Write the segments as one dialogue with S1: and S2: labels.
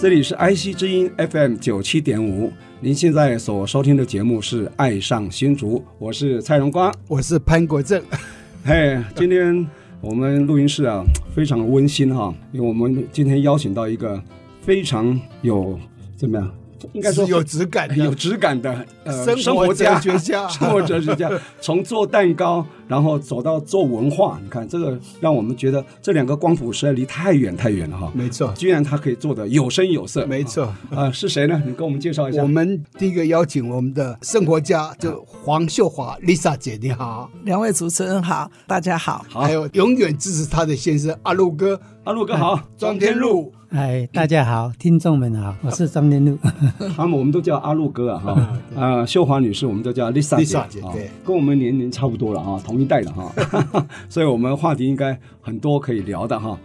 S1: 这里是 IC 之音 FM 九七点五，您现在所收听的节目是《爱上新竹》，我是蔡荣光。
S2: 我是潘国正，
S1: 嘿，今天我们录音室啊非常温馨哈、因为我们今天邀请到一个非常有怎么样，应该说
S2: 是有质感
S1: 有
S2: 的，
S1: 质感的、呃、
S2: 生活
S1: 家
S2: 哲学家
S1: 生活哲学家，从做蛋糕，然后走到做文化，你看这个让我们觉得这两个光谱实在离太远太远了哈、
S2: 没错，
S1: 居然他可以做的有声有色，
S2: 没错。
S1: 啊，是谁呢？你跟我们介绍一下。
S2: 我们第一个邀请我们的生活家，就黄秀华 Lisa 姐，你好，
S3: 两位主持人好，大家好。
S1: 好
S2: 还有永远支持她的先生阿路哥
S1: 阿陆哥好，
S2: 庄天禄。
S4: 哎，大家好，听众们
S1: 嗯
S4: 好，我是张天禄。
S1: 他们我们都叫阿陆哥啊 哈，啊秀华女士我们都叫 Lisa 姐
S2: Lisa 姐
S1: 啊
S2: 对
S1: 跟我们年龄差不多了啊，同一代的 哈，所以我们话题应该很多可以聊的哈。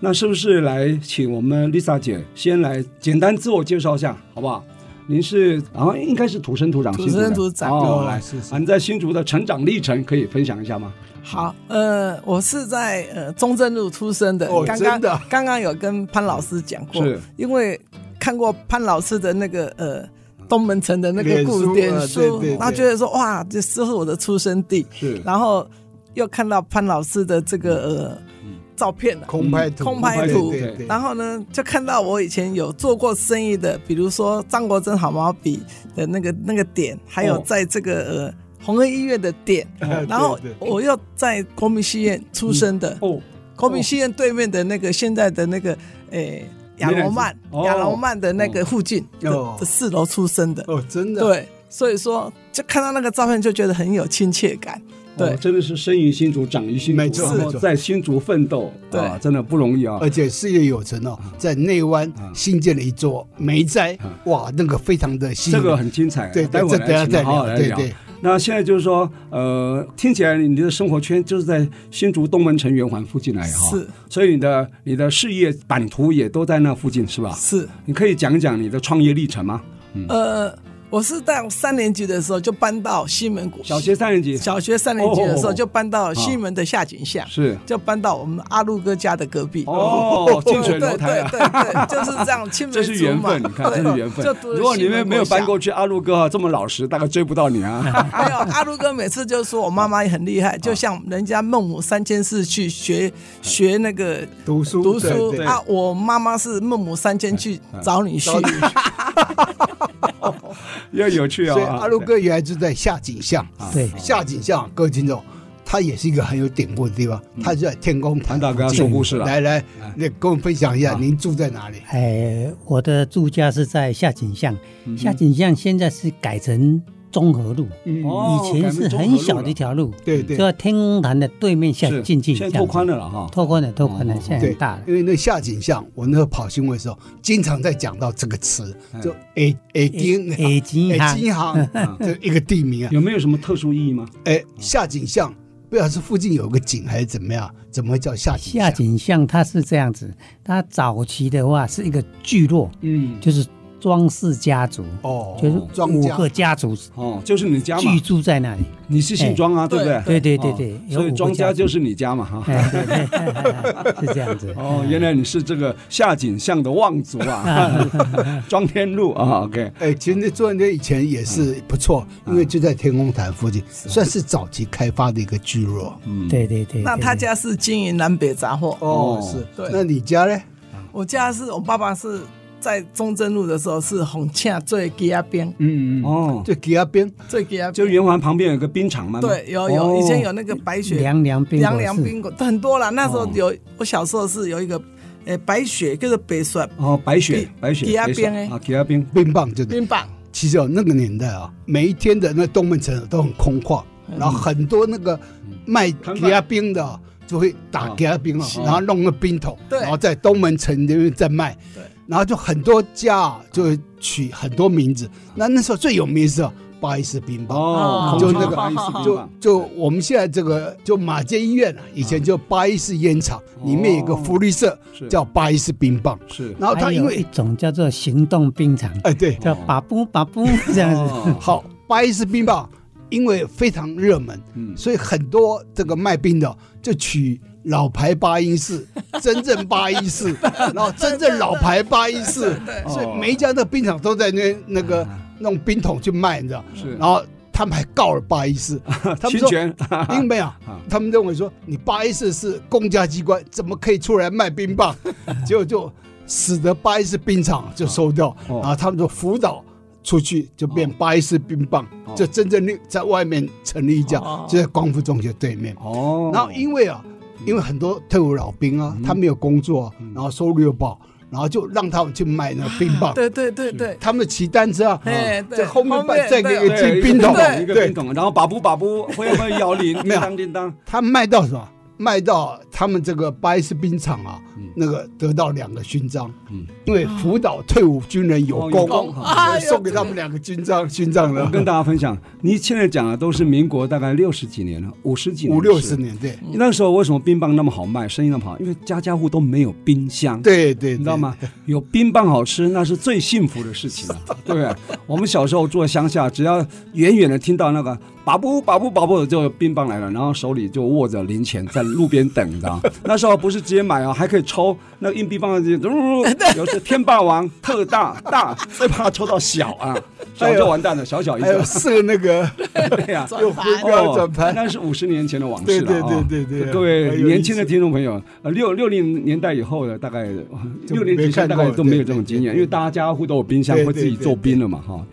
S1: 那是不是来请我们 Lisa 姐先来简单自我介绍一下，好不好？您是啊，应该是土生土长
S3: 土
S1: 新竹人
S3: 生土长
S1: 哦，
S2: 哦
S1: 来
S2: 是是
S1: 啊，你在新竹的成长历程可以分享一下吗？
S3: 好，呃，我是在呃中正路出生的，
S2: 哦
S3: 刚
S2: 真
S3: 刚
S2: 的啊
S3: 刚刚有跟潘老师讲过
S1: 是，
S3: 因为看过潘老师的那个呃。东门城的那个古典
S2: 脸书啊
S3: 书，
S2: 对对对嗯
S3: 然后觉得说哇，这是我的出生地，
S1: 是
S3: 然后又看到潘老师的这个呃
S2: 嗯
S3: 照片了，
S2: 空拍图，
S3: 空拍图
S2: 对对对
S3: 然后呢，就看到我以前有做过生意的，比如说张国珍好毛笔的那个那个点，还有
S1: 哦
S3: 在这个、呃红恩医院的点，
S2: 对
S3: 然后
S2: 对嗯对
S3: 我又在国民戏院出生的，
S1: 哦，
S3: 国民戏院对面的那个现在的那个诶亚罗曼
S1: 哦
S3: 亚罗曼的那个附近的
S2: 哦
S3: 的四楼出生的，
S2: 哦，真的，
S3: 对，所以说就看到那个照片就觉得很有亲切感，对
S1: 哦，真的是生于新竹，长于新
S2: 没
S1: 竹，
S2: 错
S1: 然后
S2: 没错呃
S1: 在新竹奋斗，
S3: 对
S1: 啊，真的不容易啊。
S2: 而且事业有成哦，
S1: 嗯
S2: 在内湾新建了一座梅斋，哇，那个非常的吸引
S1: 这
S2: 人，
S1: 个很精彩，
S2: 对
S1: 待
S2: 对，
S1: 会
S2: 这
S1: 儿
S2: 等下
S1: 来
S2: 再
S1: 请好好
S2: 聊，
S1: 来
S2: 对
S1: 聊。
S2: 对，
S1: 那现在就是说，呃，听起来你的生活圈就是在新竹东门城圆环附近来哈，
S3: 是，
S1: 所以你的你的事业版图也都在那附近是吧？
S3: 是。
S1: 你可以讲讲你的创业历程吗？
S3: 呃，我是到三年级的时候就搬到西门谷，
S1: 小学三年级
S3: 小学三年级的时
S1: 哦
S3: 候就搬到西门的下井巷，
S1: 是
S3: 就搬到我们阿路哥家的隔壁。
S1: 哦，近水楼台啊。
S3: 对对对对，就是这 样，青梅
S1: 这是缘分，你
S3: 竹马
S1: 看，这
S3: 对啊
S1: 是缘分
S3: 就读。了
S1: 如果你
S3: 西门
S1: 们
S3: 国
S1: 没有搬
S3: 小
S1: 过去，阿路哥啊这么老实，大概追不到你啊。
S3: 没有，阿路哥每次就说我妈妈也很厉害，就像人家孟母三迁是去学
S1: 嗯
S3: 学那个
S2: 读书
S3: 读书
S2: 对对
S3: 啊，我妈妈是孟母三迁
S1: 嗯
S3: 去找女婿，
S1: 要有趣啊
S2: 所以！阿路哥原来就在下井巷，啊
S4: 对，
S2: 下井巷，各位听众，它也是一个很有典故的地方，它就在天宫
S1: 潘
S2: 台。
S1: 大哥要说故事了，
S2: 来来，那跟我们分享一下，您住在哪里？
S4: 哎，我的住家是在下井巷，
S1: 嗯
S4: 下井巷现在是改成综合路，
S1: 哦
S4: 以前是很小的一条路，
S2: 对对
S4: 就在天空潭的对面下
S1: 是
S4: 进去，
S1: 现
S4: 这
S1: 在拓
S4: 样子
S1: 宽了哦了哈。
S4: 拓宽了，拓宽了，现在
S2: 对
S4: 哎很大了，。
S2: 因为那下井巷，我那时候跑新闻的时候，经常在讲到这个词，就 A A 金
S4: 诶金
S2: 诶
S4: 行
S1: 哎啊
S2: 金行 这一个地名啊。
S1: 有没有什么特殊意义吗？
S2: 哎，下井巷，不知道是附近有个井还是怎么样，怎么会叫下井巷？
S4: 下井巷它是这样子，它早期的话是一个聚落，
S1: 嗯，
S4: 就是庄氏家族，
S2: 哦，
S4: 就是
S2: 庄
S4: 五
S2: 家
S4: 个家族
S1: 哦，就是你家嘛
S4: 居，住在那里。
S1: 你是姓庄啊，
S2: 哎
S1: 对不对？
S4: 对对对对
S1: 哦，
S4: 有
S1: 所以
S4: 五个
S1: 庄家
S4: 族
S1: 就是你家嘛哈。
S4: 哎，对对是这样子。
S1: 哦，原来你是这个下井巷的望族 啊， 庄天禄啊，OK，
S2: 哎，其实那做那以前也是不错，因为就在天空潭附近，算是早期开发的一个聚落。
S1: 嗯，
S4: 对对对对，
S3: 那他家是经营南北杂货，
S1: 哦
S2: 是
S3: 对
S2: 那你家呢？
S3: 我家是我爸爸是在中正路的时候是红洽最吉亚边，
S2: 嗯，
S1: 哦，
S2: 就给他边
S3: 最吉亚
S1: 就圆环旁边有个冰场嘛，
S3: 对有有、
S1: 哦
S3: 以前有那个白雪
S4: 凉凉冰果
S3: 凉凉
S4: 室
S3: 冰果很多啦，那时候
S1: 哦
S3: 有、我小时候是有一个。诶白雪叫做白雪
S1: 哦，白雪
S3: 吉，
S1: 白雪，
S3: 吉阿
S1: 白雪
S3: 冰诶
S1: 啊，吉阿冰，
S2: 冰棒就对。
S3: 冰棒，
S2: 其实哦，那个年代啊，每一天的那东门城都很空旷，然后很多那个卖
S1: 摊贩
S2: 给阿冰的啊就会打
S1: 啊
S2: 给阿冰啊
S1: 是，
S2: 然后弄个冰桶，
S3: 对
S2: 然后在东门城那边在卖
S3: 对，
S2: 然后就很多家啊就会取很多名字。那那时候最有名是巴伊斯冰棒。
S1: 哦，
S2: 就 那个
S1: 巴伊斯冰
S2: 啊就
S1: 棒
S2: 就我们现在这个就马街医院啊，以前就巴伊斯烟厂，
S1: 哦
S2: 里面有个福利社
S1: 是
S2: 叫巴伊斯冰棒，
S1: 是
S2: 然后他
S4: 还
S2: 因
S4: 有一
S2: 为
S4: 种叫做行动冰场，
S2: 哎对，
S4: 叫把布把布这样子。
S1: 哦
S2: 好，巴伊斯冰棒因为非常热门，
S1: 嗯
S2: 所以很多这个卖冰的就取老牌八音式、真正八音式，然后真正老牌八音式，所以每一家的冰场都在那那个弄冰桶去卖，你知道？
S1: 是
S2: 然后他们还告了八一四，他们
S1: 侵
S2: 说
S1: 权，
S2: 因为没有
S1: 啊，
S2: 他们认为说你八一四是公家机关，怎么可以出来卖冰 棒？结果就使得八一四冰厂就收掉，
S1: 哦
S2: 然后他们就辅导出去，就变
S1: 哦
S2: 八一四冰棒
S1: 哦，
S2: 就真正立在外面成立一家
S3: 哦，
S2: 就在光复中学对面。
S1: 哦，嗯
S2: 然后因为啊，因为很多退伍老兵啊，他没有工作啊，然后收入又不好，然后就让他们去卖那个冰棒，
S3: 对对对对，
S2: 他们骑单车啊，
S3: 哎，对
S2: 在后面摆
S3: 面
S2: 再给
S3: 对
S2: 一只冰桶
S3: 对
S1: 一个冰桶，然后把布把布，会不会摇铃？
S2: 没
S1: 叮
S2: 有
S1: 当叮当，
S2: 他卖到什么？卖到他们这个巴伊斯冰厂啊，那个得到两个勋章，
S1: 嗯
S2: 因为辅导退伍军人有
S1: 哦有
S2: 功，
S1: 功
S3: 啊
S2: 所以送给他们两个勋章，勋章
S1: 我跟
S2: 的
S1: 大家分享，你现在讲的都是民国大概六十几年了，五十几年，
S2: 五六十。年，对
S1: 那时候为什么冰棒那么好卖，生意那么好？因为家家户都没有冰箱，，
S2: 对对，
S1: 你知道吗？有冰棒好吃，那是最幸福的事情 了，对不对？我们小时候住在乡下，只要远远的听到那个“把布把布把布”，就有冰棒来了，然后手里就握着零钱在路边等，你知 道吗？那时候不是直接买哦，还可以抽那个硬币棒，就有是天霸王特大大，最怕抽到小啊，小就完蛋了，小小一
S2: 对？还有
S1: 个，
S2: 射那个
S1: 对啊呀。
S2: 又回标转
S1: 哦，
S2: 盘，
S1: 那是五十年前的往
S2: 对
S1: 事了
S2: 对
S1: 啊、哦
S2: 对对对
S1: 各
S2: 很
S1: 位
S2: 有意思
S1: 年轻的听众朋友，呃，六六零年代以后的大概呃
S2: 就
S1: 六零
S2: 没
S1: 以前
S2: 看
S1: 大
S2: 过
S1: 概都没有
S2: 对
S1: 这种经
S2: 对
S1: 验，
S2: 对
S1: 因为大家家户都有冰箱，
S2: 对
S1: 会自己
S2: 对对
S1: 做冰了嘛哈。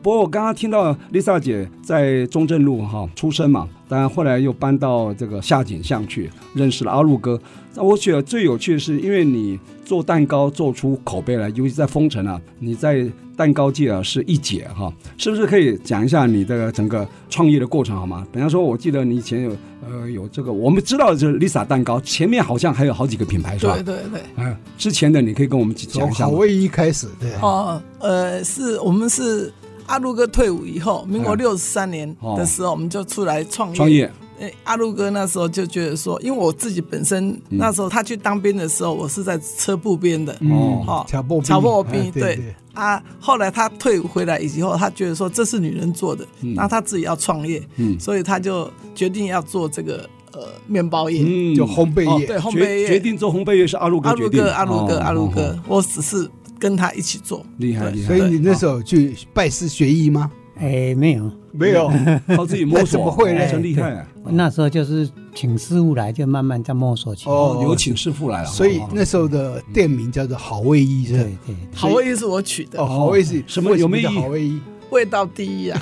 S1: 不过我刚刚听到 Lisa 姐在中正路哈出生嘛，当然后来又搬到这个下井巷去，认识了阿路哥。那我觉得最有趣的是，因为你做蛋糕做出口碑来，尤其在丰城啊，你在蛋糕界啊是一姐哈，是不是可以讲一下你的整个创业的过程好吗？比方说，我记得你以前有呃有这个，我们知道就是 Lisa 蛋糕，前面好像还有好几个品牌是吧
S3: 对？对对。
S1: 嗯，之前的你可以跟我们讲
S2: 从
S1: 一下
S2: 好
S1: 吗。
S2: 卫一开始，对，
S3: 哦，呃，是我们是阿路哥退伍以后，民国
S1: 嗯
S3: 六十三年的时候，我们就出来创业。
S1: 创业，
S3: 哎，阿路哥那时候就觉得说，因为我自己本身
S1: 嗯
S3: 那时候他去当兵的时候，我是在车步兵的，
S1: 哦
S3: 哦
S2: 乔布
S3: 乔布
S2: 兵
S3: 兵
S2: 哎对
S3: 对
S2: 对
S3: 啊。后来他退伍回来以后，他觉得说这是女人做的，那他自己要创业，
S1: 嗯
S3: 所以他就决定要做这个呃面包业。
S1: 嗯
S2: 就烘焙业
S3: 哦对烘焙
S1: 决
S3: 业
S1: 决定做烘焙业是阿路哥
S3: 阿
S1: 决
S3: 路
S1: 定
S3: 哥，
S1: 的，
S3: 阿路哥，
S1: 哦
S3: 阿路，
S1: 哦
S3: 哥
S1: 哦，
S3: 我只是跟他一起做，
S1: 厉害
S3: 对
S1: 厉害
S2: 所以你那时候去拜师学艺吗？
S4: 哎，没有，
S2: 没有，
S1: 靠自己摸
S2: 那
S1: 索，
S2: 怎么会呢
S1: 真厉害啊！
S4: 那时候就是请师傅来，就慢慢在摸索起来。
S2: 哦
S1: 哦，有请师傅来了，
S2: 所以
S1: 哦
S2: 那时候的店名叫做好卫一，是吧
S4: 对对，
S3: 好味是我取的
S2: 哦，，好卫是
S1: 什么
S2: 为
S1: 有没有
S2: 叫
S1: 意义
S2: 好卫一？
S3: 味道第 一啊。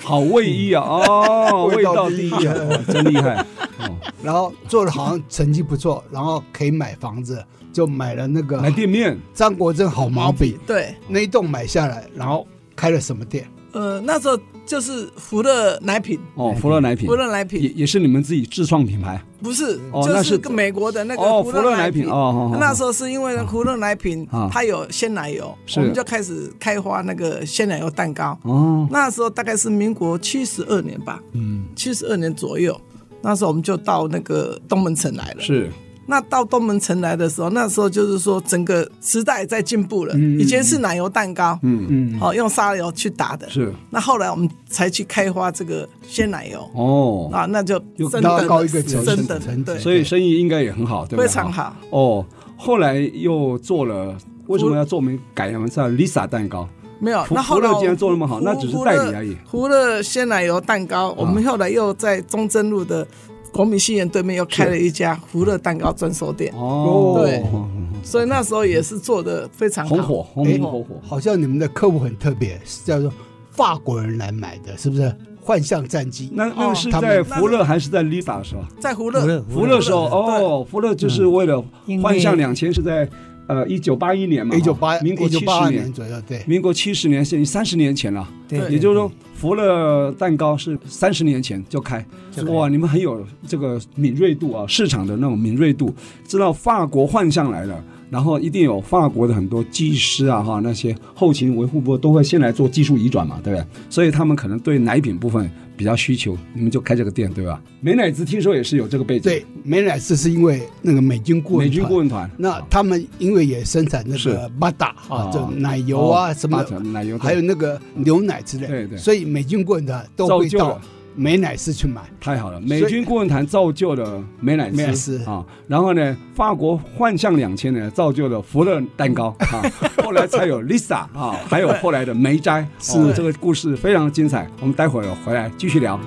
S1: 好味一 啊，哦，味
S2: 味
S1: 道
S2: 道
S1: 第
S2: 第
S1: 一
S2: 一
S1: 啊，哦真厉害， 哦，
S2: 然后做的好像成绩不错，然后可以买房子，就买了那
S1: 来
S2: 个
S1: 店面，
S2: 张国珍好毛笔
S3: 对，
S2: 那一栋买下来，然后开了什么店？
S3: 呃，那时候就是福乐奶品，
S1: 哦，
S2: 哎
S1: 福乐奶品，
S3: 福乐奶
S1: 也
S3: 品
S1: 也是你们自己自创品牌，
S3: 不是，
S1: 哦那
S3: 就是跟美国的那
S1: 哦
S3: 个
S1: 福乐奶
S3: 奶
S1: 品哦哦哦
S3: 那时候是因为福乐奶品
S1: 啊
S3: 它有鲜奶油，
S1: 是
S3: 我们就开始开发那个鲜奶油蛋糕。
S1: 哦，
S3: 那时候大概是民国七十二年吧，
S1: 嗯，
S3: 七十二年左右。那时候我们就到那个东门城来了。
S1: 是，
S3: 那到东门城来的时候，那时候就是说整个时代在进步了。以前是奶油蛋糕，
S1: 嗯嗯，
S3: 好、用沙拉油去打的。
S1: 是，
S3: 那后来我们才去开发这个鲜奶油。
S1: 哦，
S3: 啊，那就
S1: 又
S3: 真
S2: 拉
S3: 的
S2: 高一个层
S3: 真
S2: 次
S3: 的
S2: 层次
S3: 对，
S1: 所以生意应该也很好，对不对？
S3: 非常好。
S1: 哦，后来又做了，为什么要做名改名叫 Lisa 蛋糕？
S3: 没有
S1: 胡。
S3: 那后来
S1: 胡乐
S3: 我
S1: 既然做那么好
S3: 胡
S1: 那只是代理而已啊
S3: 胡乐胡乐鲜奶油蛋糕，我们后来又在中正路的国民戏院对面又开了一家胡乐蛋糕专售店，
S1: 哦，
S3: 对所以那时候也是做的非常好哎
S1: 红火，红红火火，
S2: 好像你们的客户很特别，是叫做法国人来买的，是不是？幻象战机，
S1: 那那个
S3: 哦
S1: 是
S2: 他
S1: 在
S2: 们
S1: 福乐还是在 Lisa 是吧？
S3: 在胡
S4: 福乐
S3: 乐嗯
S4: 福
S1: 福乐时候哦，福乐就是为了
S4: 因为
S1: 幻象两千是在呃一九八一年嘛，
S2: 一九八
S1: 哦民国
S2: 一九
S1: 七
S2: 八二
S1: 十
S2: 年，左右，对，
S1: 民国七十年，现在三十年前了。
S4: 对
S3: 对
S1: 也就是说，福乐蛋糕是三十年前就开，
S4: 就开
S1: 哇，你们很有这个敏锐度啊，市场的那种敏锐度，知道法国幻象来了，然后一定有法国的很多技师啊，哈，那些后勤维护部都会先来做技术移转嘛，对不对？所以他们可能对奶品部分比较需求，你们就开这个店，对吧？美乃滋听说也是有这个背景，
S2: 对，美乃滋是因为那个美军顾问
S1: 美军
S2: 团
S1: 顾问团，哦
S2: 那他们因为也生产那
S1: 是
S2: 个巴达
S1: 啊
S2: 啊，这奶油啊
S1: 哦
S2: 什么
S1: 巴
S2: 的
S1: 达，奶油的
S2: 还有那个牛奶之类，
S1: 对对
S2: 所以美军棍的都
S1: 造
S2: 会
S1: 就
S2: 到
S1: 了
S2: 美乃滋去买。
S1: 太好了，美军顾问团造就了美乃滋
S2: 美乃滋
S1: 啊，然后呢，法国幻象两千呢造就了福乐蛋糕 啊，后来才有 Lisa 啊，还有后来的梅 斋，
S2: 是
S1: 哦这个故事非常精彩，我们待会儿回来继续聊。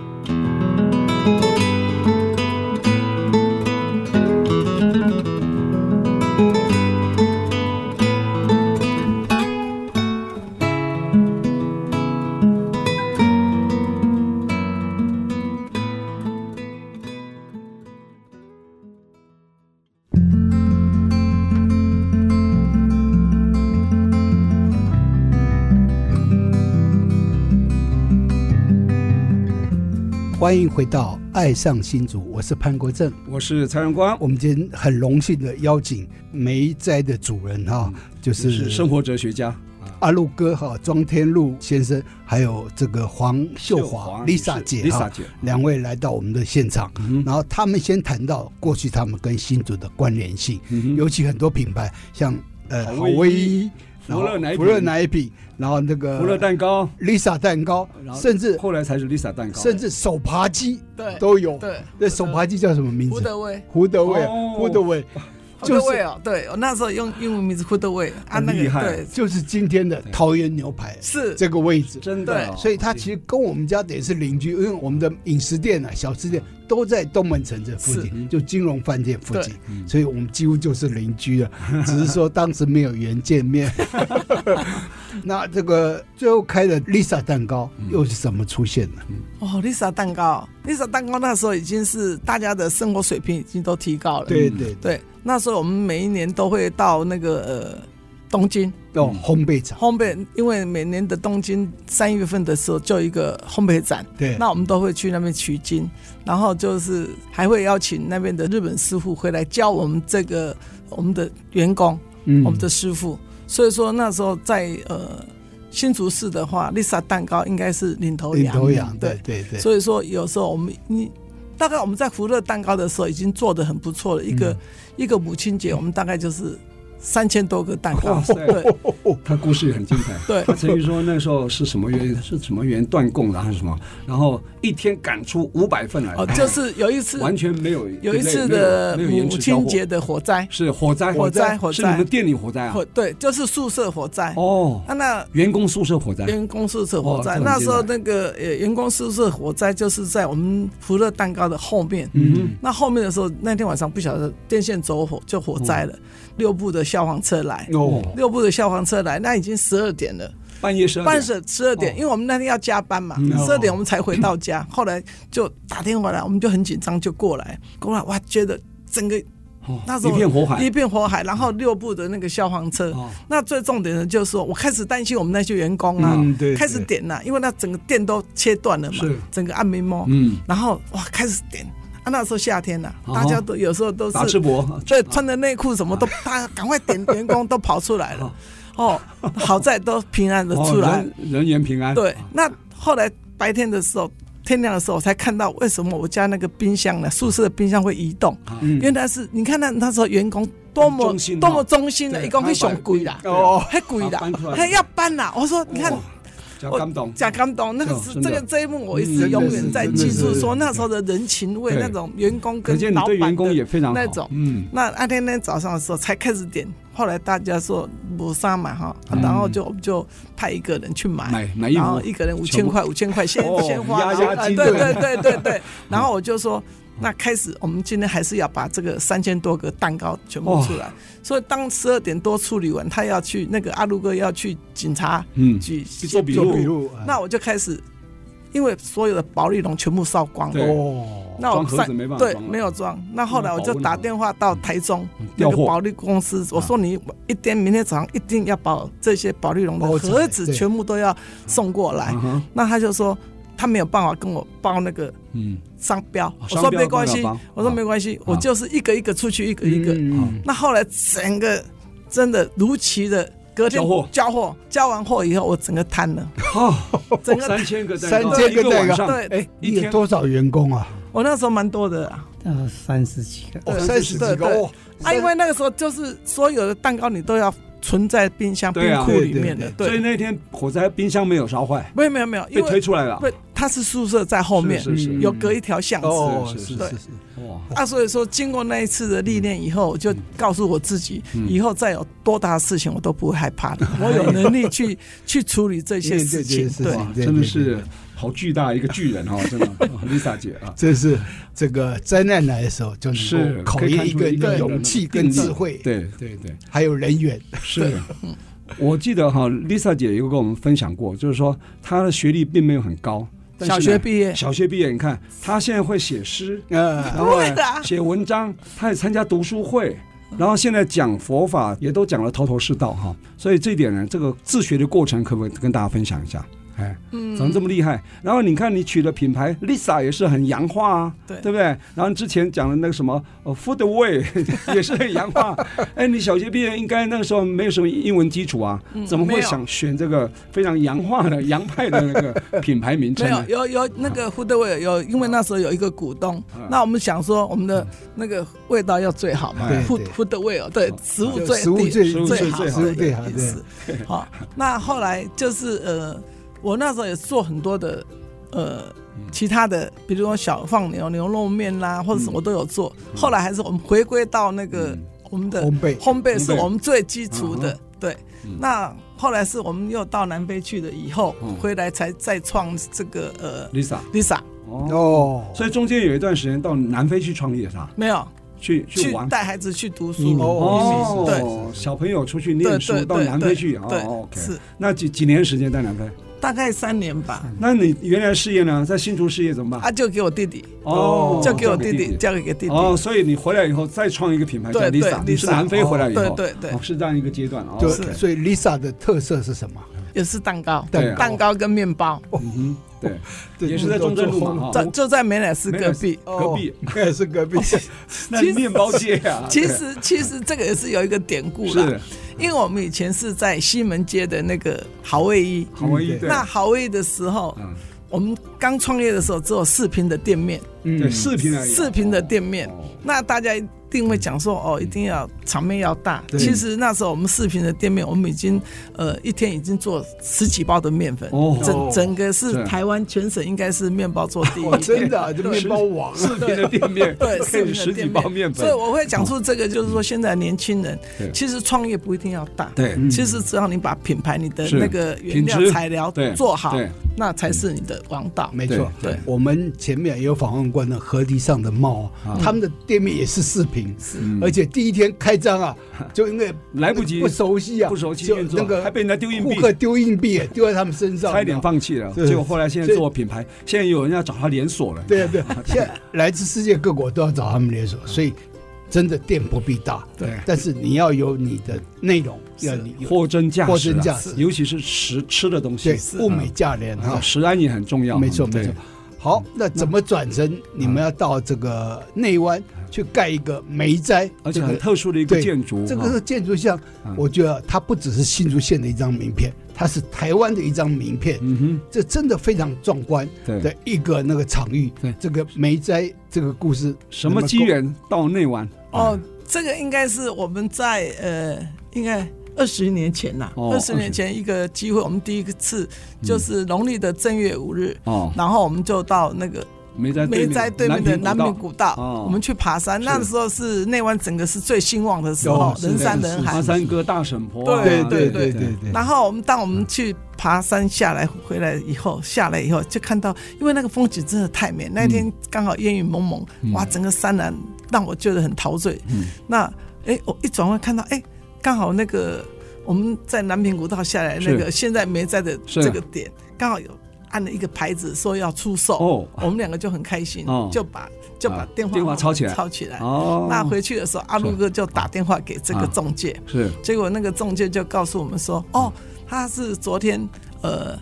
S2: 欢迎回到《爱上新竹》，我是潘国正。
S1: 我是蔡荣光，
S2: 我们今天很荣幸的邀请梅斋的主人哈、就
S1: 我嗯是
S2: 是
S1: 生活哲学家，
S2: 阿路哥哈、庄天禄先生，还有这个黄秀华、
S1: 丽
S2: Lisa 姐哈、
S1: ，Lisa 姐，
S2: 两位来到我们的现场，
S1: 嗯
S2: 然后他们先谈到过去他们跟新竹的关联性，
S1: 嗯哼
S2: 尤其很多品牌像呃
S1: 好
S2: 好
S1: 味
S2: 威
S1: 一
S2: 一、然后
S1: 福乐奶呃
S2: 福乐
S1: 饼
S2: 奶饼，然后那个
S1: 福乐蛋糕，
S2: Lisa 蛋糕
S1: 然，后
S2: 甚至
S1: 后来才是 Lisa 蛋糕，
S2: 甚至手扒鸡
S3: 对
S2: 都有。
S3: 对
S2: 那手扒鸡叫什么名
S3: 胡
S2: 字？
S3: 德卫，
S2: 胡德伟啊
S1: 哦，
S2: 胡德伟
S3: 胡
S2: 就
S3: 德
S2: 是
S3: 卫哦，对我那时候用英文名字胡德卫啊，
S1: 很
S3: 那
S1: 厉
S3: 个
S1: 害
S3: 对
S2: 就是今天的桃园牛排
S3: 是
S2: 这个位置。
S1: 真的哦，
S2: 所以它其实跟我们家等于是邻居，因为我们的饮食店啊、小吃店都在东门城这附近，就金融饭店附近，所以我们几乎就是邻居了。只是说当时没有缘见面。 那这个最后开的 Lisa 蛋糕又是怎么出现的？
S3: 哦，Lisa 蛋糕，Lisa 蛋糕那时候已经是大家的生活水平已经都提高了，
S2: 对对
S3: 对，那时候我们每一年都会到那个呃东京
S2: 哦，烘焙厂，
S3: 烘焙，因为每年的东京三月份的时候就有一个烘焙展，
S2: 对
S3: 那我们都会去那边取经，然后就是还会邀请那边的日本师傅回来教我们这个我们的员工，
S2: 嗯
S3: 我们的师傅。所以说那时候在呃新竹市的话，Lisa 蛋糕应该是领头
S2: 领
S3: 羊，
S2: 头羊，
S3: 对
S2: 对对对，
S3: 所以说有时候我们你大概我们在福乐蛋糕的时候已经做的很不错了，一
S2: 嗯
S3: 个、一个母亲节我们大概就是三千多个蛋糕
S1: 哇，塞
S3: 对
S1: 他故事也很精彩。
S3: 对
S1: 他曾经说那时候是什么原因，是什么原因断供的还是什么，然后一天赶出五百份来，
S3: 哦，就是有一次
S1: 哎完全没有
S3: 有一次
S1: 没有
S3: 的
S1: 没有延
S3: 母
S1: 迟交货
S3: 亲节的火灾，
S1: 是火灾，
S3: 火灾火
S1: 是
S3: 灾
S1: 你们店里火灾啊？
S3: 火对，就是宿舍火灾，
S1: 哦，
S3: 啊那。
S1: 员工宿舍火灾，
S3: 员工宿舍火
S1: 哇
S3: 灾，
S1: 这很
S3: 那时候
S1: 精
S3: 那个呃员工宿舍火灾就是在我们福乐蛋糕的后面，
S1: 嗯
S3: 那后面的时候，那天晚上不晓得电线走火就火灾
S1: 嗯
S3: 了，六部的消防车来，
S1: 哦，
S3: 六部的消防车来，那已经十二点了，
S1: 半夜十二
S3: 嗯半
S1: 点，哦
S3: 夜十二点，因为我们那天要加班嘛，
S1: 嗯
S3: 十二点我们才回到家。后来就打电话来，我们就很紧张，就过来，过来哇，觉得整个
S1: 哦
S3: 那时
S1: 一
S3: 候
S1: 片火海
S3: 一，片火海，然后六部的那个消防车。
S1: 哦
S3: 那最重点的就是说，我开始担心我们那些员工啊，
S2: 嗯对
S3: 开始点了、因为那整个电都切断了嘛
S1: 是，
S3: 整个暗迷蒙，
S1: 嗯，
S3: 然后哇，开始点。啊，那时候夏天呐、
S1: 哦
S3: 大家都有时候都
S1: 打赤
S3: 是
S1: 膊，啊
S3: 对穿着内裤什么都，大家赶快点，员工都跑出来了。哦，好在都平安的
S1: 哦
S3: 出来。
S1: 人人员平安，
S3: 对，那后来白天的时候，天亮的时候，我才看到为什么我家那个冰箱呢，宿舍的冰箱会移动。
S1: 嗯
S3: 原来是你看那那时候员工多么
S1: 很忠心哦
S3: 多么忠心啊的，
S1: 对
S3: 一共会上鬼啦，啊
S1: 对哦
S3: 还鬼
S1: 把它
S3: 啦
S1: 搬出，来
S3: 还要搬啦。我说你看
S1: 哇。叫
S3: 我
S1: 感动，
S3: 假感动，那个
S1: 哦
S3: 是
S1: 真的
S3: 这个这一幕，我一
S1: 嗯
S3: 直永远在
S2: 真
S3: 记
S2: 的
S3: 住，
S2: 是
S3: 说那时候的人情味，
S1: 对
S3: 那种员工
S1: 可
S3: 跟
S1: 见你
S3: 老
S1: 对员
S3: 板
S1: 工也
S3: 的
S1: 非常好
S3: 那种。
S1: 嗯，
S3: 那那天天早上的时候才开始点，后来大家说不杀嘛哈，然后就就派一个人去买
S1: 嗯买买衣服
S3: 然后一个人五千块，五千块先
S1: 哦
S3: 先花，
S1: 压
S3: 然后呃
S1: 压惊
S3: 对
S1: 对
S3: 对对对对，然后我就说。那开始我们今天还是要把这个三千多个蛋糕全部出来。所以当十二点多处理完，他要去那个阿路哥要去警察
S1: 嗯
S3: 局
S1: 去做笔
S2: 做笔
S1: 录，哎
S2: 录，
S3: 那我就开始，因为所有的保利龙全部烧光了。
S1: 对
S2: 哦，
S3: 那我
S1: 装盒
S3: 上
S1: 子没办法
S3: 对
S1: 装了嗯
S3: 没有装。那后来我就打电话到台中
S1: 调
S3: 那
S1: 货啊
S3: 个保利公司，我说你一定明天早上一定要把这些保利龙的
S2: 包材
S3: 盒子
S2: 对
S3: 全部都要送过来
S1: 嗯。哼
S3: 那他就说他没有办法跟我报那个
S1: 嗯，
S3: 商标，我
S1: 商
S3: 说
S1: 标
S3: 没关
S1: 没
S3: 系
S1: 有报，
S3: 我说
S1: 啊
S3: 没关系，我就是一个一个出去，一个一个。
S2: 嗯
S3: 那后来整个真的如期的。隔天
S1: 交货
S3: 交货，交完货以后，我整个瘫了。
S1: 好，
S3: 整个
S1: 哦三千个蛋
S2: 三
S1: 糕，
S2: 千
S1: 一个
S2: 蛋
S1: 晚
S2: 糕，
S1: 上，
S3: 对
S2: 哎，
S1: 一
S2: 你
S1: 天
S2: 有多少员工啊？
S3: 我那时候蛮多的啊，
S4: 到三十几个，
S2: 哦，
S3: 对
S2: 三十几
S3: 对
S2: 个
S3: 对
S2: 哦，
S3: 啊，因为那个时候就是所有的蛋糕你都要存在冰箱、
S1: 对
S3: 冰
S1: 啊
S3: 库里面
S2: 对
S3: 的，
S1: 所以
S3: 对，
S1: 那天火灾冰箱没有烧坏，
S3: 没有没有没有，
S1: 被
S3: 因
S1: 推
S3: 为
S1: 出来了
S3: 不，，它是宿舍在后面嗯
S1: 是是是，
S3: 有隔一条巷子。
S2: 哦，
S1: 是
S2: 是
S1: 是
S2: 是
S3: 是
S2: 是，
S1: 哇，
S3: 啊，所以说经过那一次的历练以后，我就告诉我自己，以后再有多大的事情我都不会害怕的，我有能力去去处理这些事情。对，
S1: 哇，
S2: 对
S1: 真的
S2: 对
S1: 是好巨大一个巨人哦，真的，Lisa 姐啊，
S2: 这是这个灾难来的时候就能
S1: 是
S2: 够考
S1: 可以看
S2: 验一
S1: 出
S2: 个人
S1: 一个
S2: 的
S1: 人
S2: 勇
S1: 的
S2: 气
S1: 定
S2: 跟
S1: 力
S2: 智慧，
S1: 对对对，
S2: 还有人缘。
S1: 是。 我记得哈，Lisa 姐有跟我们分享过，就是说她的学历并没有很高，但是呢
S3: 小学毕业
S1: 小学毕业，你看她现在会写诗，
S2: 呃，
S1: 然后
S3: 对的啊
S1: 写文章，他也参加读书会，然后现在讲佛法也都讲得头头是道哈。所以这一点呢，这个自学的过程可不可以跟大家分享一下？哎，
S3: 嗯
S1: 怎么这么厉害？然后你看，你取的品牌 Lisa 也是很洋化啊，
S3: 对
S1: 不对？然后之前讲的那个什么呃 Food Way 也是很洋 化。哎，你小学毕业应该那个时候没有什么英文基础啊，
S3: 嗯
S1: 怎么会
S3: 没有
S1: 想选这个非常洋化的洋派的那个品牌名称
S3: 没
S1: 呢
S3: 有？有有那个胡德伟有，因为那时候有一个股东，那我们想说我们的那个味道要最好嘛
S2: 对，
S3: 胡
S2: 对
S3: 胡德伟哦，对，食物最
S2: 食物
S3: 地
S2: 最
S1: 食物
S3: 最
S1: 好
S3: 好，
S1: 最
S2: 食物最好
S3: 意
S2: 对
S3: 思。好，那后来就是呃，我那时候也做很多的呃其他的，比如说小放牛牛肉面啦，或者什么都有做。后来还是我们回归到那个我们的
S2: 烘焙
S3: 烘焙是
S1: 烘焙
S3: 我们最基础
S1: 嗯
S3: 的，对。那后来是我们又到南非去了以后
S1: 嗯，
S3: 回来才再创这个呃
S1: Lisa
S3: Lisa
S1: 哦，
S2: 哦，
S1: 所以中间有一段时间到南非去创业是吧？
S3: 没有
S1: 去
S3: 去
S1: 玩
S3: 带孩子去读书
S4: 移民
S1: 哦，
S3: 对
S1: 小朋友出去
S3: 对
S1: 念书
S3: 对
S1: 到
S3: 对
S1: 南非去
S3: 对
S1: 哦
S3: 对
S1: ，OK，
S3: 是
S1: 那几几年时间在南非？
S3: 大概三年吧，
S1: 那你原来事业呢，在新竹事业怎么
S3: 啊
S1: 办？
S3: 就给我弟弟，
S1: 哦，
S3: 就给我弟
S1: 弟
S3: 弟，交给弟弟，
S1: 哦，所以你回来以后再创一个品牌叫
S3: 对对
S1: Lisa，你是
S3: Lisa，
S1: 南非回来以后，
S3: 哦对对对
S1: 哦是这样一个阶段哦
S2: 就
S1: OK，
S2: 所以 Lisa 的特色是什么？
S3: 也是蛋糕，
S1: 对啊
S3: 蛋糕跟面包，
S1: 嗯哼，对，
S2: 对
S1: 也是在中正路嘛
S3: 在
S1: 哈，
S3: 就在美乃滋隔壁。
S1: 哦隔壁，
S2: 也 是隔壁，
S1: 那你面包街啊，
S3: 其实其实这个也是有一个典故
S1: 对
S3: 啦
S1: 是，
S3: 因为我们以前是在西门街的那个好味一，
S1: 好文艺
S2: 嗯
S1: 对，
S3: 那好味的时候，
S1: 嗯
S3: 我们刚创业的时候只有四平的店面，
S1: 对视频而已，啊
S3: 四平的店面
S1: 哦，
S3: 那大家一定会讲说哦，一定要场面要大。其实那时候我们四平的店面，我们已经呃一天已经做十几包的面粉
S1: 哦，
S3: 整整个
S1: 是
S3: 是台湾全省应该是面包做第一
S2: 哦，
S3: 的。
S2: 真的啊这面包王
S1: 视频的店面，
S3: 对，
S1: 可以
S3: 四
S1: 十
S3: 平
S1: 几
S3: 的店
S1: 包面粉
S3: 所以，我会讲出这个，就是说现在年轻人
S1: 对
S3: 其实创业不一定要大，
S1: 对，嗯
S3: 其实只要你把品牌、你的
S1: 是
S3: 那个原
S1: 品
S3: 料
S1: 质
S3: 材料
S1: 对
S3: 做好
S1: 对，
S3: 那才是你的王道。
S2: 没错，
S3: 对对
S2: 我们前面也有访问过那河堤上的猫，
S1: 啊
S2: 他们的店面也是视频，而且第一天开 张啊，就因为
S1: 来不及
S2: 不熟悉啊，
S1: 不熟悉
S2: 就
S1: 运作
S2: 那个
S1: 还被人家丢硬币
S2: 顾客丢硬币丢在他们身上，
S1: 差一点
S2: 你知道吗。
S1: 放弃了，
S2: 对
S1: 结果后来现在
S2: 所以
S1: 做品牌，现在有人要找他连锁了。
S2: 对啊对啊，现在来自世界各国都要找他们连锁，所以真的店不必大，
S1: 对
S2: 但是你要有你的内容，要你有
S1: 货真价实啊，
S2: 货真价实
S1: 尤其是食吃的东西
S2: 对，物美价廉
S1: 啊
S2: 哈，
S1: 食安也很重要。啊
S2: 没错
S1: 对嗯
S2: 没错。。好，那怎么转身？你们要到这个内湾去盖一个梅斋，
S1: 而且
S2: 这个
S1: 很特殊的一个
S2: 对
S1: 建筑，
S2: 这个是
S1: 啊
S2: 建筑像
S1: 嗯，
S2: 我觉得它不只是新竹县的一张名片，它是台湾的一张名片。
S1: 嗯哼，
S2: 这真的非常壮观
S1: 对
S2: 的一个那个场域
S1: 对。
S2: 这个梅斋这个故事，
S1: 什么机缘到内湾？啊
S3: 哦，
S1: 嗯
S3: 这个应该是我们在呃，应该二十年前呐、
S1: 哦嗯
S3: 二十、年前一个机会，我们第一次就是农历的正月五日，
S1: 哦
S3: 然后我们就到那个
S1: 没在
S3: 没
S1: 对
S3: 在
S1: 面
S3: 对面的南
S1: 平
S3: 面古道，
S1: 哦
S3: 我们去爬山，
S1: 是
S3: 那时候是内湾整个是最兴旺的时
S1: 有
S3: 候，
S1: 是
S3: 人
S1: 的
S3: 山
S1: 哦是
S3: 人
S1: 的
S3: 海
S1: 爬。山哥大婶婆啊，
S3: 对
S1: 对
S2: 对
S3: 对
S1: 对
S2: 对对，
S3: 然后我们当我们去爬山下来回来以后，下来以后就看到，因为那个风景真的太美。
S1: 嗯
S3: 那天刚好烟雨蒙蒙，哇，整个山南让我觉得很陶醉。那哎，我一转弯看到，哎，刚好那个我们在南平古道下来那个现在没在的
S1: 是
S3: 这个点，刚好有按了一个牌子说要出售。
S1: 哦
S3: 我们两个就很开心，
S1: 哦
S3: 就把就把
S1: 啊
S3: 电话
S1: 电话
S3: 号码
S1: 抄起来
S3: 抄起来。
S1: 哦，
S3: 那回去的时候，阿路哥就打电话给这个
S1: 啊
S3: 中介。
S1: 是
S3: 结果那个中介就告诉我们说，哦，他是昨天呃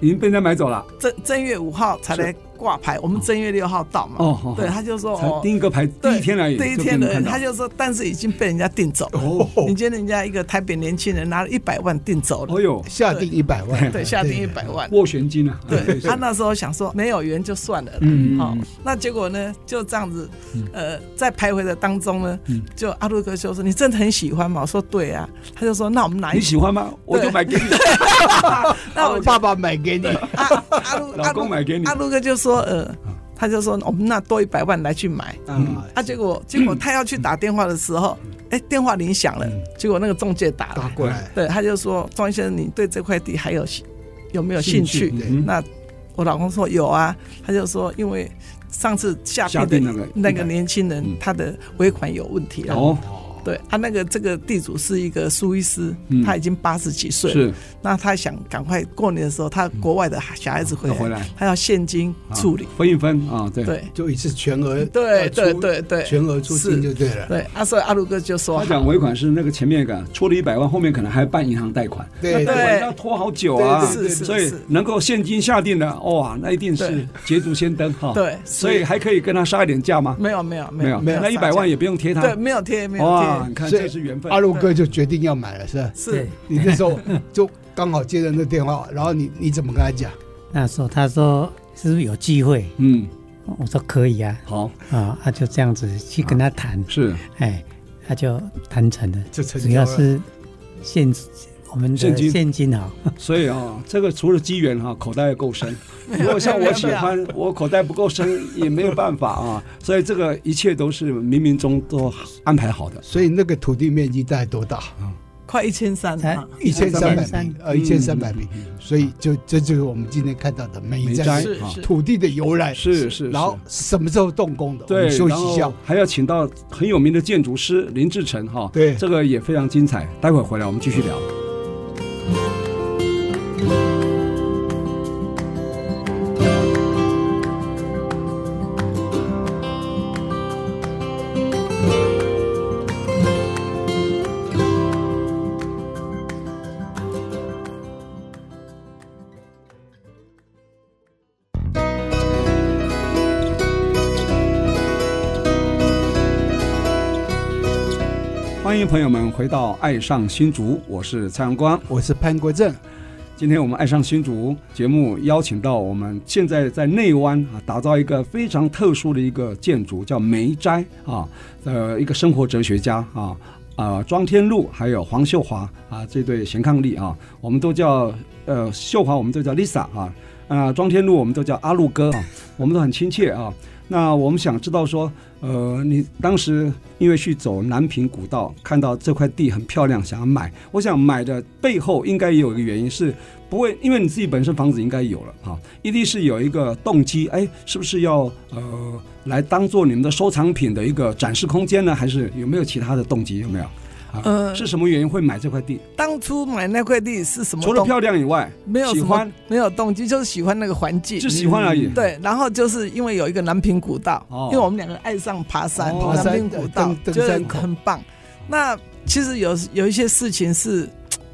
S1: 已经被人家买走了，
S3: 正正月五号才来挂牌，我们正月六号到嘛，
S1: 哦哦
S3: 对，他就说
S1: 才
S3: 哦，
S1: 第一个排第
S3: 对
S1: 一天而已，
S3: 第一
S1: 就被
S3: 天
S1: 你
S3: 的
S1: 看到
S3: 他就说，但是已经被人家订走了，
S1: 哦
S3: 已经人家一个台北年轻人拿了一百万订走了，
S1: 哦哟，
S2: 下定一百万，
S3: 对，下定一百万。
S1: 斡旋金啊，
S3: 对
S1: 是
S3: 他那时候想说没有缘就算了啦，
S1: 嗯
S3: 好、那结果呢就这样子，呃，在徘徊的当中呢，
S1: 嗯
S3: 就阿路哥就说你真的很喜欢嘛，我说对啊，他就说那我们拿一
S1: 你喜欢哦吗？我就买给你，
S3: 那我就
S2: 爸爸买给你，
S3: 啊阿路
S1: 老公买给你嗯
S3: 阿路哥就说呃，他就说我们那多一百万来去买
S2: 啊
S3: 啊，结
S1: 嗯
S3: 果结果他要去打电话的时候，哎，电话铃响了，
S1: 嗯
S3: 结果那个中介打
S2: 打
S3: 了，
S2: 过来，
S3: 对，他就说庄先生，你对这块地还有兴有没有兴趣
S2: 兴趣对？
S1: 嗯
S3: 那我老公说有啊，他就说因为。上次下
S1: 下
S3: 定
S1: 定
S3: 的
S1: 那个
S3: 那
S1: 一百嗯
S3: 个年轻人，他的尾款有问题了。
S1: 哦，
S3: 对啊，那个这个地主是一个苏医师，他已经八十几岁
S1: 嗯
S3: 了，
S1: 是
S3: 那他想赶快过年的时候，他国外的小孩子回来，
S1: 嗯要回来
S3: 他要现金处理，
S1: 啊分一分啊，对，
S3: 对
S2: 就一次全额，
S3: 对
S2: 要出
S3: 对对对
S2: 全额出
S3: 是
S2: 清就对了，
S3: 对啊，所以阿鲁哥就说
S1: 他，讲尾款是那个前面个出了一百万，后面可能还办银行贷款，
S2: 对
S1: 那贷
S3: 对
S1: 款要拖好久啊，
S3: 对对是是
S1: 所以
S3: 是
S1: 能够现金下定的，哇，那一定是
S3: 对
S1: 捷足先登哈，
S3: 对
S1: 所以还可以跟他杀一点价吗？
S3: 没有没有
S1: 没有，
S3: 没有
S1: 那一百万也不用贴他，
S3: 对，没有贴没有
S1: 哇，
S3: 贴，
S1: 你看
S2: 所以
S1: 这是缘分
S2: 阿，鲁哥就决定要买了，是吧？
S3: 是
S2: 你那时候就刚好接到那电话，然后你你怎么跟他讲？
S4: 那时候他说是不是有机会？
S1: 嗯，
S4: 我说可以啊，
S1: 好，
S4: 啊，他就这样子去跟他谈，
S1: 是
S4: 哎，他就谈成了，
S2: 就成
S4: 只
S2: 交
S4: 要
S2: 了
S4: 是现我们
S1: 现
S4: 的
S1: 金
S4: 现金啊，
S1: 所以啊、
S3: 嗯
S1: 这个除了机缘哈，口袋要够 深。如果像我喜欢，我口袋不够深也没有办法啊。 所以这个一切都是冥冥中都安排好的。
S2: 所以那个土地面积大概多大？
S3: 快一千三
S4: 才
S3: 啊，
S2: 一千三百
S4: 1300
S2: 平，呃，一千三百平，
S1: 嗯
S2: 所以就这就是我们今天看到的美
S1: 没
S2: 在
S1: 摘
S3: 是
S1: 啊，
S3: 是
S2: 土地的由来，
S1: 是是是
S2: 然后什么时候动工的，我
S1: 对，
S2: 们休
S1: 然
S2: 息一下
S1: 后，还要请到很有名的建筑师林志成哈。
S2: 对
S1: 这个也非常精彩。待会儿回来我们继续聊。欢迎朋友们回到《爱上新竹》，我是蔡阳光。
S2: 我是潘国正，
S1: 今天我们爱上新竹节目邀请到我们现在在内湾啊，打造一个非常特殊的一个建筑，叫梅斋啊，呃，一个生活哲学家啊。啊，庄天禄还有黄秀华啊，这对贤伉俪啊，我们都叫呃秀华，我们都叫 Lisa 啊，啊、庄天禄我们都叫阿禄哥啊，我们都很亲切啊。那我们想知道说，呃，你当时因为去走南平古道，看到这块地很漂亮，想要买，我想买的背后应该也有一个原因是，不会，因为你自己本身房子应该有了哈，一定是有一个动机，哎，是不是要呃来当做你们的收藏品的一个展示空间呢？还是有没有其他的动机？有没有？啊，
S3: 呃
S1: 是什么原因会买这块地？
S3: 当初买那块地是什么
S1: 除
S3: 动？
S1: 了漂亮以外，
S3: 没有
S1: 喜
S3: 什么
S1: 欢，
S3: 没有动机，就是喜欢那个环境
S1: 就。喜欢而已。
S3: 嗯对，然后就是因为有一个南平古道，
S1: 哦
S3: 因为我们两个爱上爬山，
S1: 哦
S3: 南平古道
S2: 爬山登登
S3: 觉得
S2: 山口
S3: 很棒。那其实有有一些事情是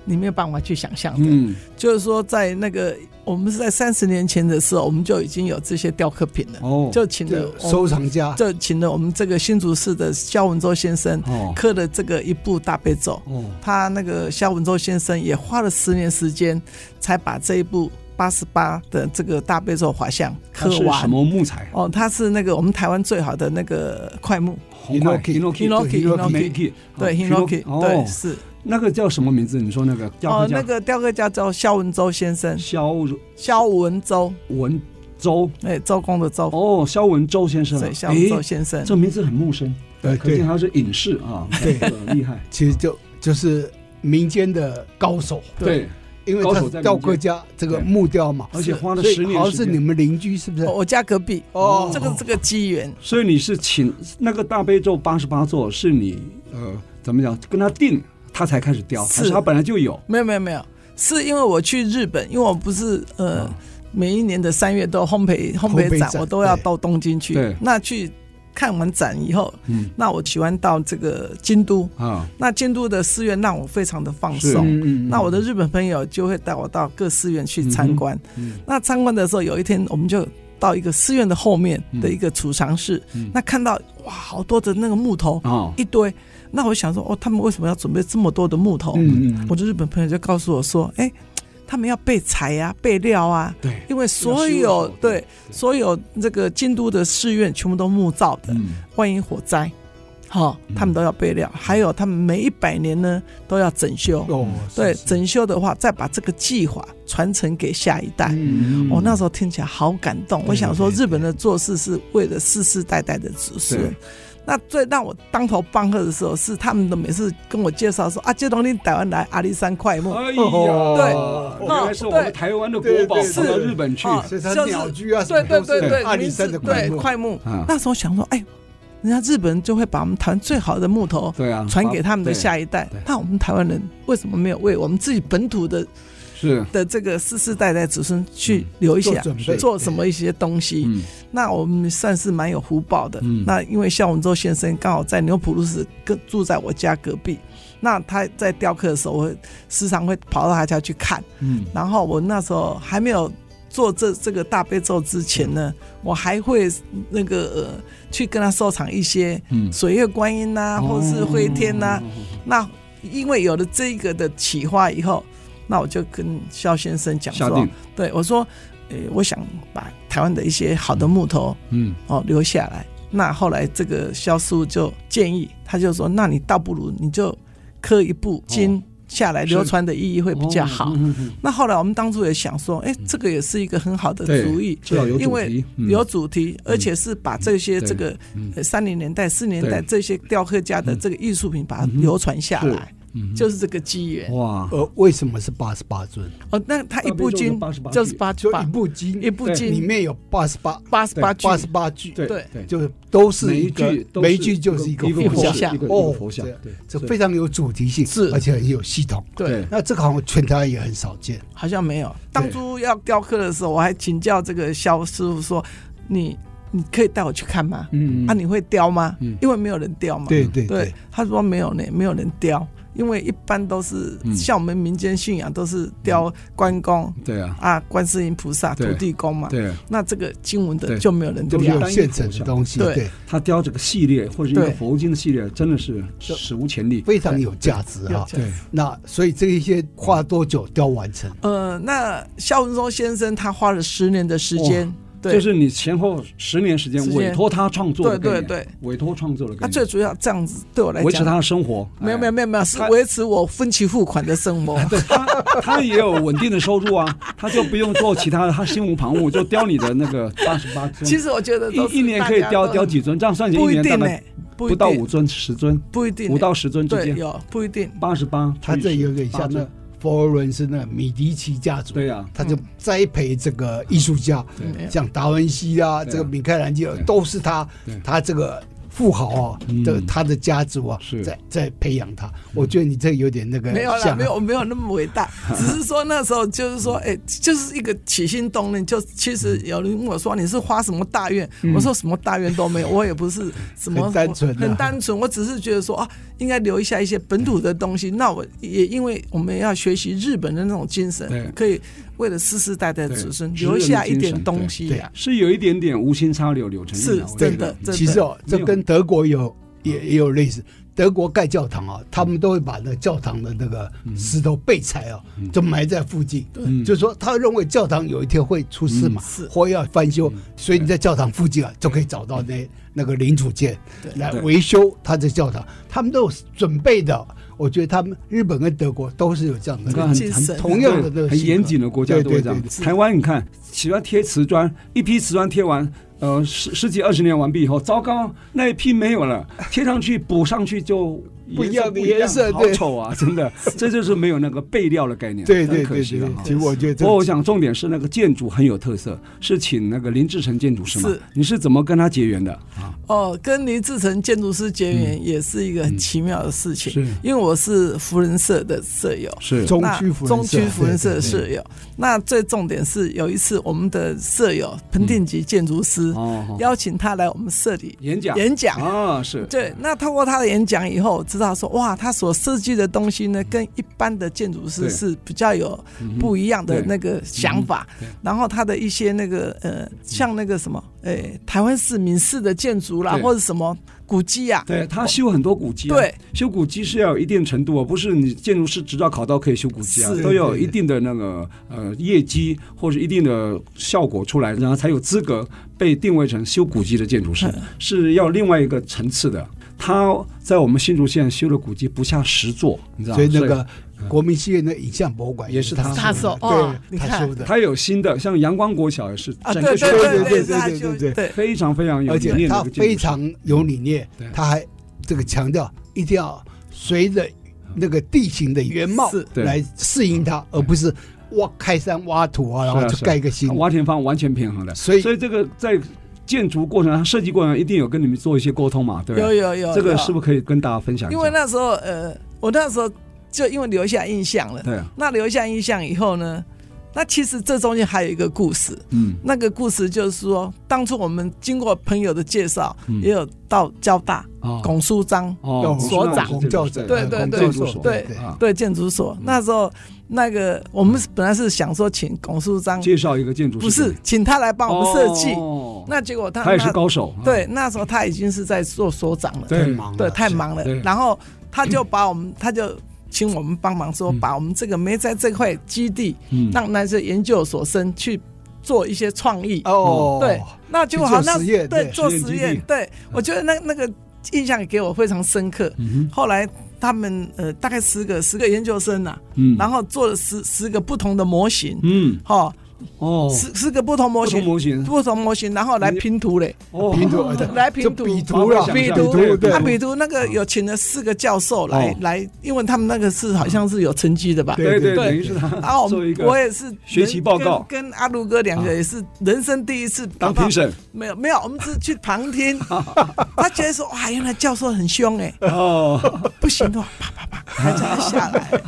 S3: 你没有办法去想象的，
S1: 嗯，
S3: 就是说，在那个我们是在三十年前的时候，我们就已经有这些雕刻品了，
S1: 哦，
S3: 就请了
S2: 就
S3: 我们
S2: 收藏家，
S3: 就请了我们这个新竹市的萧文洲先生
S1: 哦
S3: 刻的这个一部大悲咒。
S1: 哦，
S3: 他那个萧文洲先生也花了十年时间，才把这一部八十八的这个大悲咒画像
S1: 它
S3: 刻
S1: 是什
S3: 完。
S1: 么木材？
S3: 哦，他是那个我们台湾最好的那个块木，
S1: 红块
S3: Hinoki，
S1: 对 Hinoki，h
S3: Hinoki 对
S1: i
S3: h i
S1: n
S3: n
S1: o
S3: o
S1: k
S3: k
S1: i
S3: i
S1: 哦
S3: 对，是
S1: 那个叫什么名字？你说那个雕
S3: 哦
S1: 刻，家
S3: 那个雕刻家叫萧文洲先生，
S1: 肖
S3: 萧文洲，
S1: 文周
S3: 哎，周公的周，
S1: 哦，肖文周先生啊
S3: 对，，小
S1: 诶
S3: 周先生，
S1: 这名字很陌生，
S2: 呃对
S1: 呃可见
S2: 对，
S1: 他是隐士啊，
S2: 对
S1: 呃厉害，
S2: 其实就就是民间的高手，
S1: 对，
S2: 因为
S1: 高手
S2: 他
S1: 在
S2: 是
S1: 民间
S2: 吊客家这个
S1: 对
S2: 木雕嘛，
S1: 而且花了
S2: 所以
S1: 十年
S2: 好像
S1: 时
S2: 是
S1: 间
S2: 你们邻居是不是
S3: 我？我家隔壁
S2: 哦
S3: 这个这个机缘，
S1: 所以你是请那个大悲咒八十八座是你呃怎么讲跟他定，他才开始雕，
S3: 是
S1: 还是他本来就有？
S3: 没有没有没有，是因为我去日本，因为我不是
S1: 啊
S3: 呃。每一年的三月都有烘焙烘
S2: 烘
S3: 焙
S2: 焙
S3: 展，
S2: 展
S3: 我都要
S2: 对
S3: 到东京
S1: 对
S3: 去。那去看完展以后，
S1: 嗯
S3: 那我喜欢到这个京都。
S1: 啊，
S3: 那京都的寺院让我非常的放
S1: 是
S3: 松。
S1: 嗯
S3: 那我的日本朋友就会带我到各寺院去参观。
S1: 嗯
S3: 那参观的时候，有一天我们就到一个寺院的后面
S1: 嗯
S3: 的一个储藏室，
S1: 嗯
S3: 那看到哇，好多的那个木头、
S1: 啊，
S3: 一堆。那我想说，哦，他们为什么要准备这么多的木头？
S1: 嗯嗯嗯
S3: 我的日本朋友就告诉我说，哎、他们要备材呀、备料啊，
S1: 对，
S3: 因为所
S1: 要修
S3: 有
S1: 手
S3: 对
S1: 对
S3: 所有这个京都的寺院全部都木造的，
S1: 嗯
S3: 万一火灾，好、他们都要备料。还有，他们每一百年呢都要整修。
S2: 哦，
S3: 对，整修的话，再把这个计划传承给下一代。
S1: 嗯
S3: 哦我、那时候听起来好感动，我想说
S1: 对
S3: 日本的做事是为了世世代代的子孙
S1: 对。
S3: 那最让我当头棒喝的时候，是他们的每次跟我介绍说啊，这东西台湾来阿里山快木，
S1: 哎呀，
S3: 哦
S1: 原来是我们
S3: 对
S1: 台湾的国宝
S2: 对对
S1: 跑到
S2: 是
S1: 日本去，
S3: 哦
S2: 所以他
S3: 就是
S2: 鸟居啊，什
S3: 对
S2: 么都
S3: 对对
S2: 是
S3: 对，
S2: 阿里
S3: 名
S2: 山
S3: 字
S2: 的
S3: 对
S2: 快木，
S3: 快木
S1: 啊。
S3: 那时候想说，哎，人家日本人就会把我们台湾最好的木头
S1: 对啊，
S3: 传给他们的
S1: 对
S3: 下一代
S1: 对，
S3: 那我们台湾人为什么没有为我们自己本土的
S1: 是
S3: 的这个世世代代子孙去留一些
S2: 嗯做准备
S3: 做什么一些东西？
S1: 嗯
S3: 那我们算是蛮有福报的。
S1: 嗯
S3: 那因为肖文洲先生刚好在牛浦路是跟住在我家隔壁，那他在雕刻的时候，我会时常会跑到他家去看。
S1: 嗯
S3: 然后我那时候还没有做这这个大悲咒之前呢，
S1: 嗯
S3: 我还会那个、呃、去跟他收藏一些
S1: 嗯
S3: 水月观音呐、或是灰天呐、那因为有了这个的启发以后，那我就跟肖先生讲
S1: 下
S3: 说
S1: 定，
S3: 对我说，呃，我想把台湾的一些好的木头
S1: 嗯
S3: 哦留下来。那后来这个肖师傅就建议，他就说，那你倒不如你就刻一部经下来，
S1: 哦是
S3: 流传的意义会比较好。
S1: 嗯嗯嗯
S3: 那后来我们当初也想说，哎、这个也是一个很好的
S1: 对
S3: 主意，
S1: 至少有主题
S3: 因为
S1: 嗯
S3: 有主题，而且是把这些
S1: 对嗯
S3: 这个呃三零年代、四年
S1: 对
S3: 代
S1: 嗯
S3: 这些雕刻家的这个艺术品，把它流传下来，就是这个机缘。
S1: 哇，
S2: 呃，为什么是八十八尊？
S3: 哦，那他一部经
S1: 哦大悲咒88
S3: 就是八十
S2: 就
S3: 八
S2: 一，部经，
S3: 一部经
S2: 里面有八十八
S3: 八十八句，
S2: 八十八句，
S1: 对
S3: 对
S1: 对，
S2: 就是都是
S1: 每
S2: 一
S1: 一
S2: 个
S1: 句都
S2: 每一句就是
S1: 一
S2: 一个
S3: 一个
S2: 佛
S3: 佛
S2: 像，
S3: 像
S1: 一个一个
S2: 哦
S1: 佛像，对，
S2: 这
S1: 对
S2: 非常有主题性，
S3: 是
S2: 而且很有系统。
S3: 对，
S2: 那这个好像全台湾也很少见，
S3: 好像没有。当初要雕刻的时候，我还请教这个肖师傅说：“你你可以带我去看吗？
S1: 嗯
S3: 啊，你会雕吗
S1: 嗯？
S3: 因为没有人雕嘛。”
S2: 对对
S3: 对，，他说没有呢，没有人雕，因为一般都是、
S1: 嗯
S3: 像我们民间信仰都是雕关公、
S1: 对啊，
S3: 啊、观世音菩萨、
S1: 对
S3: 土地公嘛。
S1: 对，
S3: 那这个经文
S1: 对
S3: 的就没有人
S2: 都
S3: 雕
S2: 没，
S1: 对
S2: 有现成的东西，
S3: 对
S2: 对，
S1: 他雕这个系列或者一个
S3: 对
S1: 佛经的系列，真的是史无前例。
S2: 非常有价值
S3: 有
S2: 啊。
S3: 这样
S1: 对，
S2: 那所以这一些花多久都要完成？
S3: 呃，那肖文松先生他花了十年的时间，对，
S1: 就是你前后十年时间
S3: 时间
S1: 委托他创作的概
S3: 对对
S1: 念，
S3: 对，
S1: 委托创作的概
S3: 他最
S1: 念，
S3: 主要这样子对我来
S1: 维持他
S3: 讲，
S1: 的生活。
S3: 没有没有
S1: 有，
S3: 没有没有，是
S1: 他
S3: 维持我分期付款的生活。
S1: 对他他也有稳定的收入啊，他就不用做其他的， 他心无旁骛就雕你的那个八十八尊。
S3: 其实我觉得都是
S1: 一一年可以
S3: 大家
S1: 雕
S3: 都
S1: 雕几尊，这样算起来
S3: 不
S1: 一
S3: 一
S1: 年大
S3: 定呢
S1: 概，
S3: 不一
S1: 不到
S3: 定
S1: 五尊十尊，
S3: 不一定呢，
S1: 五到十尊之
S3: 对
S1: 间，
S3: 有不一定，
S1: 八十八。
S2: 它这有点像那佛罗伦斯那米迪奇家族，
S1: 对啊呀
S2: 他就栽培这个艺术家，
S3: 没有
S2: 像达文西啊，
S1: 对啊
S2: 这个米开朗基罗
S1: 对
S2: 都是他
S1: 对，
S2: 他这个富豪啊
S1: 嗯
S2: 的他的家族啊
S1: 是，嗯
S2: 在在培养他。我觉得你这有点那个
S3: 没有啦，
S2: 像啊
S3: 没有没有那么伟 大，只是说那时候就是说，哎、就是一个起心动念。就其实有人问我说你是花什么大愿，
S1: 嗯
S3: 我说什么大愿都没有，我也不是什么
S2: 很单纯啊
S3: 很单纯，我只是觉得说啊，应该留下一些本土的东西。那我也因为我们要学习日本的那种精
S1: 对
S3: 神，可以为了世世代代的子孙
S1: 对
S3: 留下
S1: 日
S3: 一
S1: 本的精
S3: 点
S1: 神
S3: 东西
S2: 对
S3: 呀、
S1: 是有一点点无心插柳柳成荫啊
S3: 是
S1: 我觉
S3: 真
S1: 得
S3: 的，真的。
S2: 其实哦，
S1: 没
S2: 这
S1: 有啊
S2: 跟德国有也也有类似。德国盖教堂啊，他们都会把那个教堂的那个
S1: 嗯
S2: 石头背材啊，就埋在附近。就是说，他认为教堂有一天会出事嘛，
S1: 嗯
S3: 是
S2: 或要翻修，所以你在教堂附近啊，就可以找到那那个零组件来维修他的教堂。他们都有准备的。我觉得他们日本跟德国都是有这样
S1: 你
S2: 的
S1: 看很
S3: 精神
S1: 很
S2: 同样的那个
S1: 很
S2: 性
S1: 严
S2: 格
S1: 谨的国家
S2: 对
S1: 都会
S2: 对
S1: 这样
S2: 对。
S1: 台湾你看，喜欢贴瓷砖，一批瓷砖贴完，呃，十十几二十年完毕以后，糟糕，那一批没有了，贴上去补上去就
S2: 不一样的
S1: 颜
S2: 颜色
S1: 好
S2: 对
S1: 丑啊，真的，这就是没有那个备料的概念，
S2: 对
S1: 很
S2: 对
S1: 可
S2: 对
S1: 惜了
S2: 对
S1: 哈，。
S2: 其实我觉
S1: 啊
S2: 得
S1: 不
S2: 这
S1: 过我想重点是那个建筑很有特色，是请那个林志成建筑师嘛
S3: 是？
S1: 你是怎么跟他结缘的啊？
S3: 哦，跟林志成建筑师结缘也是一个很奇妙的事情，
S1: 嗯是
S3: 因为我是福人社的社友，
S1: 是
S2: 中
S3: 那
S2: 区福
S3: 中区福人社
S2: 社
S3: 的社友。 那最重点是有一次我们的社友彭定吉建筑师
S1: 嗯哦，
S3: 邀请他来我们社里
S1: 演讲
S3: 演讲，
S1: 啊是
S3: 对，那透过他的演讲以后，我知道说哇，他所设计的东西呢，跟一般的建筑
S1: 对嗯
S3: 师是比较有不一样的
S1: 对嗯
S3: 那个想法。然后他的一些那个呃，像那个什么，诶、台湾市民式的建筑啦，
S1: 嗯对
S3: 或者什么古迹啊，
S1: 对他修很多古迹、啊，
S3: 对，
S1: 修古迹是要有一定程度啊，不是你建筑师执照考到可以修古迹啊，
S3: 是
S1: 都要有一定的那个呃业绩或者一定的效果出来，然后才有资格被定位成修古迹的建筑师，
S3: 嗯
S1: 是要另外一个层次的。他在我们新竹县修了古迹不下十座，你知道吗？
S2: 所以那个国民戏院的影像博物馆
S1: 也是他
S3: 他
S2: 修
S3: 说
S2: 的
S3: 哦，
S2: 对，
S3: 你
S2: 他
S3: 看
S2: 修的，
S1: 嗯他有新的，像阳光国小也是
S3: 啊，
S1: 整
S3: 对
S1: 个
S3: 对
S1: 修
S3: 对
S1: 的
S3: 对
S2: 对
S3: 对
S2: 对
S3: 他
S2: 对
S3: 就
S2: 对
S3: 对
S1: 非常非常有
S2: 而
S1: 理念
S2: 且
S1: 的
S2: 他
S1: 一个建筑师
S2: 非常有理念
S1: 对，
S2: 他还这个强调一定要随着那个地形的原貌
S3: 是
S1: 对嗯
S2: 来适应它，而不是挖开山挖土啊，然后
S1: 是啊
S2: 就是
S1: 啊
S2: 盖一个新的。
S1: 挖田方完全平衡的，
S2: 所以
S1: 所以这个在建筑过程、它设计过程一定有跟你们做一些沟通嘛，对不
S3: 有
S1: 对？
S3: 有有
S1: 这个
S3: 有
S1: 是不是可以跟大家分享一下？
S3: 因为那时候呃，我那时候就因为留下印象了。
S1: 对啊，
S3: 那留下印象以后呢，那其实这中间还有一个故事。
S1: 嗯，
S3: 那个故事就是说，当初我们经过朋友的介绍，
S1: 嗯
S3: 也有到交大
S1: 哦
S3: 龚书章
S2: 要
S1: 哦，
S2: 所
S3: 长
S2: 洪教授，
S3: 对对
S2: 洪
S3: 对
S2: 教
S1: 对
S2: 授
S3: 对
S2: 对
S1: 啊，
S3: 对建筑所。那时候那个我们本来是想说请龚书章，
S1: 介绍一个建筑
S3: 不
S1: 师给
S3: 是
S1: 你，
S3: 请他来帮我们设计。
S1: 哦
S3: 那结果他
S1: 他也是
S3: 那
S1: 高手，啊，
S3: 对，那时候他已经是在做所长了，
S1: 对
S2: 太忙了，
S3: 对，太
S2: 是
S3: 忙了
S1: 对。嗯
S3: 然后他就把我们，他就请我们帮忙说，把我们这个没在这块基地，
S1: 嗯
S3: 让那些研究所生去做一些创意。
S2: 哦，
S1: 嗯
S3: 对，那结果
S2: 去做
S3: 好像
S2: 实验
S3: 对
S2: 对
S3: 做
S1: 实验
S3: 实
S1: 基
S3: 验
S1: 地，
S3: 对我觉得那那个印象给我非常深刻。
S1: 嗯
S3: 后来他们呃大概十个十个研究生呐、啊
S1: 嗯
S3: 然后做了十十个不同的模型，
S1: 嗯
S3: 哈、
S1: 哦，
S3: 十十个不同模
S1: 不
S3: 型
S1: 同，模型
S3: 不同模型，然后来拼图嘞，
S1: 哦
S2: 拼 图对
S3: 来拼
S2: 就
S3: 图
S2: 比图了，
S1: 想
S3: 比
S1: 象
S3: 图
S1: 对
S2: 对
S3: 他比如那个有请了四个教授来、
S1: 哦
S3: 来，因为他们那个是好像是有成绩的吧？
S1: 对对，
S3: 对
S1: 等于是他
S3: 然后我
S1: 做一
S3: 们
S1: 个
S3: 我也是
S1: 学
S3: 人
S1: 习报告啊
S3: 跟跟阿卢哥两个也是人生第一次
S1: 当
S3: 跑到
S1: 评审
S3: 没有没有，我们只是去旁 听。他觉得说哇，原来教授很凶哎，
S1: 哦，
S3: 不行的话啪啪啪，他叫他下 来。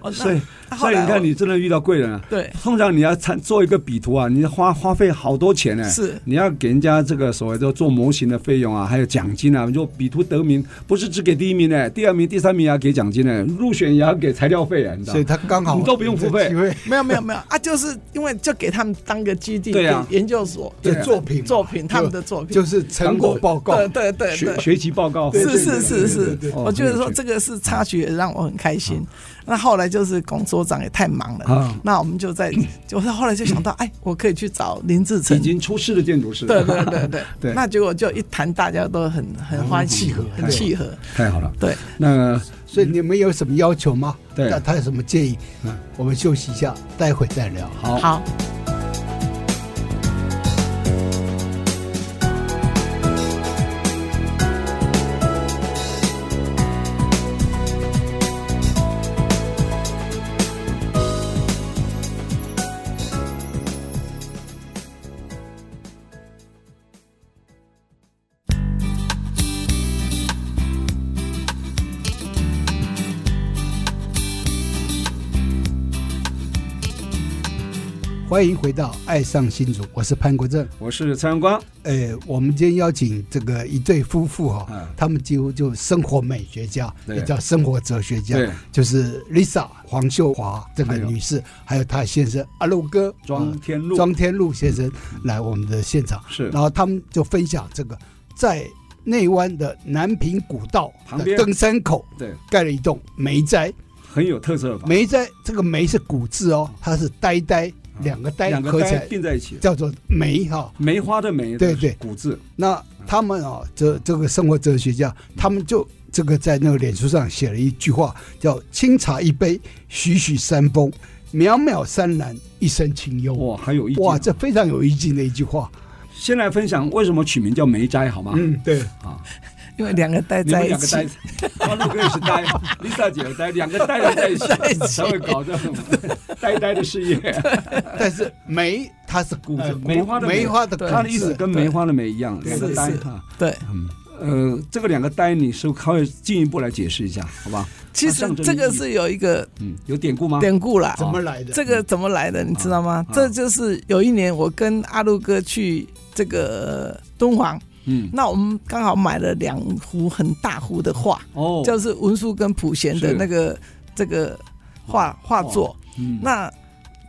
S3: 哦，
S1: 所以
S3: 那后
S1: 所以
S3: 来
S1: 你看，你真的遇到贵人啊。
S3: 对
S1: 通常你要参做一个比图啊，你花花费好多钱呢、
S3: 是
S1: 你要给人家这个所谓的做模型的费用啊，还有奖金啊。就比图得名，不是只给第一名呢、第二名、第三名也要给奖金呢、入选也要给材料费啊，你知道
S2: 所以
S1: 吗？
S2: 他刚好
S1: 你都不用付费
S2: 有这机会
S3: 没有没有没有啊，就是因为就给他们当个基地，
S1: 对啊
S3: 给研究所
S1: 对
S2: 的作品嘛
S3: 作品，他们的
S2: 就
S3: 作品
S2: 就是成果报告，
S3: 对对对
S1: 学
S3: 对。
S1: 学习报告
S3: 是是是
S1: 对
S3: 是
S1: 对对，
S3: 我觉得说
S1: 哦
S3: 这个是插曲，也让我很开心。那后来就是龚所长也太忙
S1: 啊
S3: 了，那我们就 在，就是后来就想到，哎，我可以去找林志
S1: 已
S3: 成。
S1: 经出世的建筑师，
S3: 对对对对
S1: 对
S3: 那结果就一谈，大家都很很欢喜，很契合。
S1: 太好了。
S3: 对，
S1: 那
S2: 所以你们有什么要求吗？
S1: 对
S2: 那他有什么建议
S1: 嗯？
S2: 我们休息一下，待会再聊。
S1: 好
S3: 好，
S2: 欢迎回到《爱上新竹》，我是潘国正。
S1: 我是蔡阳光，
S2: 呃，我们今天邀请这个一对夫妇哈、
S1: 嗯
S2: 他们几乎就生活美学家，
S1: 对
S2: 也叫生活哲学家
S1: 对，
S2: 就是 Lisa 黄秀华这个
S1: 还有
S2: 女士，还有她先生阿路哥
S1: 庄嗯天禄
S2: 呃庄天禄先生来我们的现场，
S1: 是
S2: 然后他们就分享这个在内湾的南平古道
S1: 旁
S2: 的
S1: 边
S2: 登山口
S1: 对
S2: 盖了一栋梅斋，
S1: 很有特色的房子，
S2: 梅斋这个梅是古字哦，它是呆呆两个呆
S1: 两个
S2: 合起
S1: 呆
S2: 来
S1: 并在一起，
S2: 叫做梅哈、
S1: 梅花的梅，
S2: 对对
S1: 古字
S2: 哦那他们啊，这这个生活哲学家，他们就这个在那个脸书上写了一句话，叫“清茶一杯，徐徐山风，渺渺山岚，一身清幽”。
S1: 哇，还有一
S2: 哇，
S1: 句啊
S2: 这非常有意境的一句话。
S1: 先来分享为什么取名叫梅斋，好吗？
S2: 嗯，对，
S1: 啊，
S3: 因为两个待
S1: 你
S3: 在
S1: 们
S3: 一
S1: 两个
S3: 起
S1: 待，，他如果也是待，Lisa 姐有待，两个待在一起，才会搞这种呆呆的事业。
S2: 但是梅它是古
S1: 哎梅花的梅
S2: 梅花的
S3: 对
S2: 古
S1: 他的意思
S2: 字
S1: 跟梅花的梅一样，
S3: 对
S1: 两个
S3: 是
S1: 呆
S3: 是
S1: 哈。
S3: 对，
S1: 呃，这个两个呆，你是不是可以进一步来解释一下，好吧？
S3: 其
S1: 它
S3: 实
S1: 象征
S3: 这
S1: 意
S3: 个
S1: 义
S3: 是有一个
S1: 嗯，有典故吗？
S3: 典故啦，
S2: 怎么来的？
S3: 这个怎么来的，你知道吗
S1: 啊？
S3: 这就是有一年我跟阿路哥去这个敦煌，
S1: 嗯，
S3: 那我们刚好买了两幅很大幅的画，
S1: 哦，
S3: 就是文殊跟普贤的
S1: 是
S3: 那个这个画画作。
S1: 嗯
S3: 那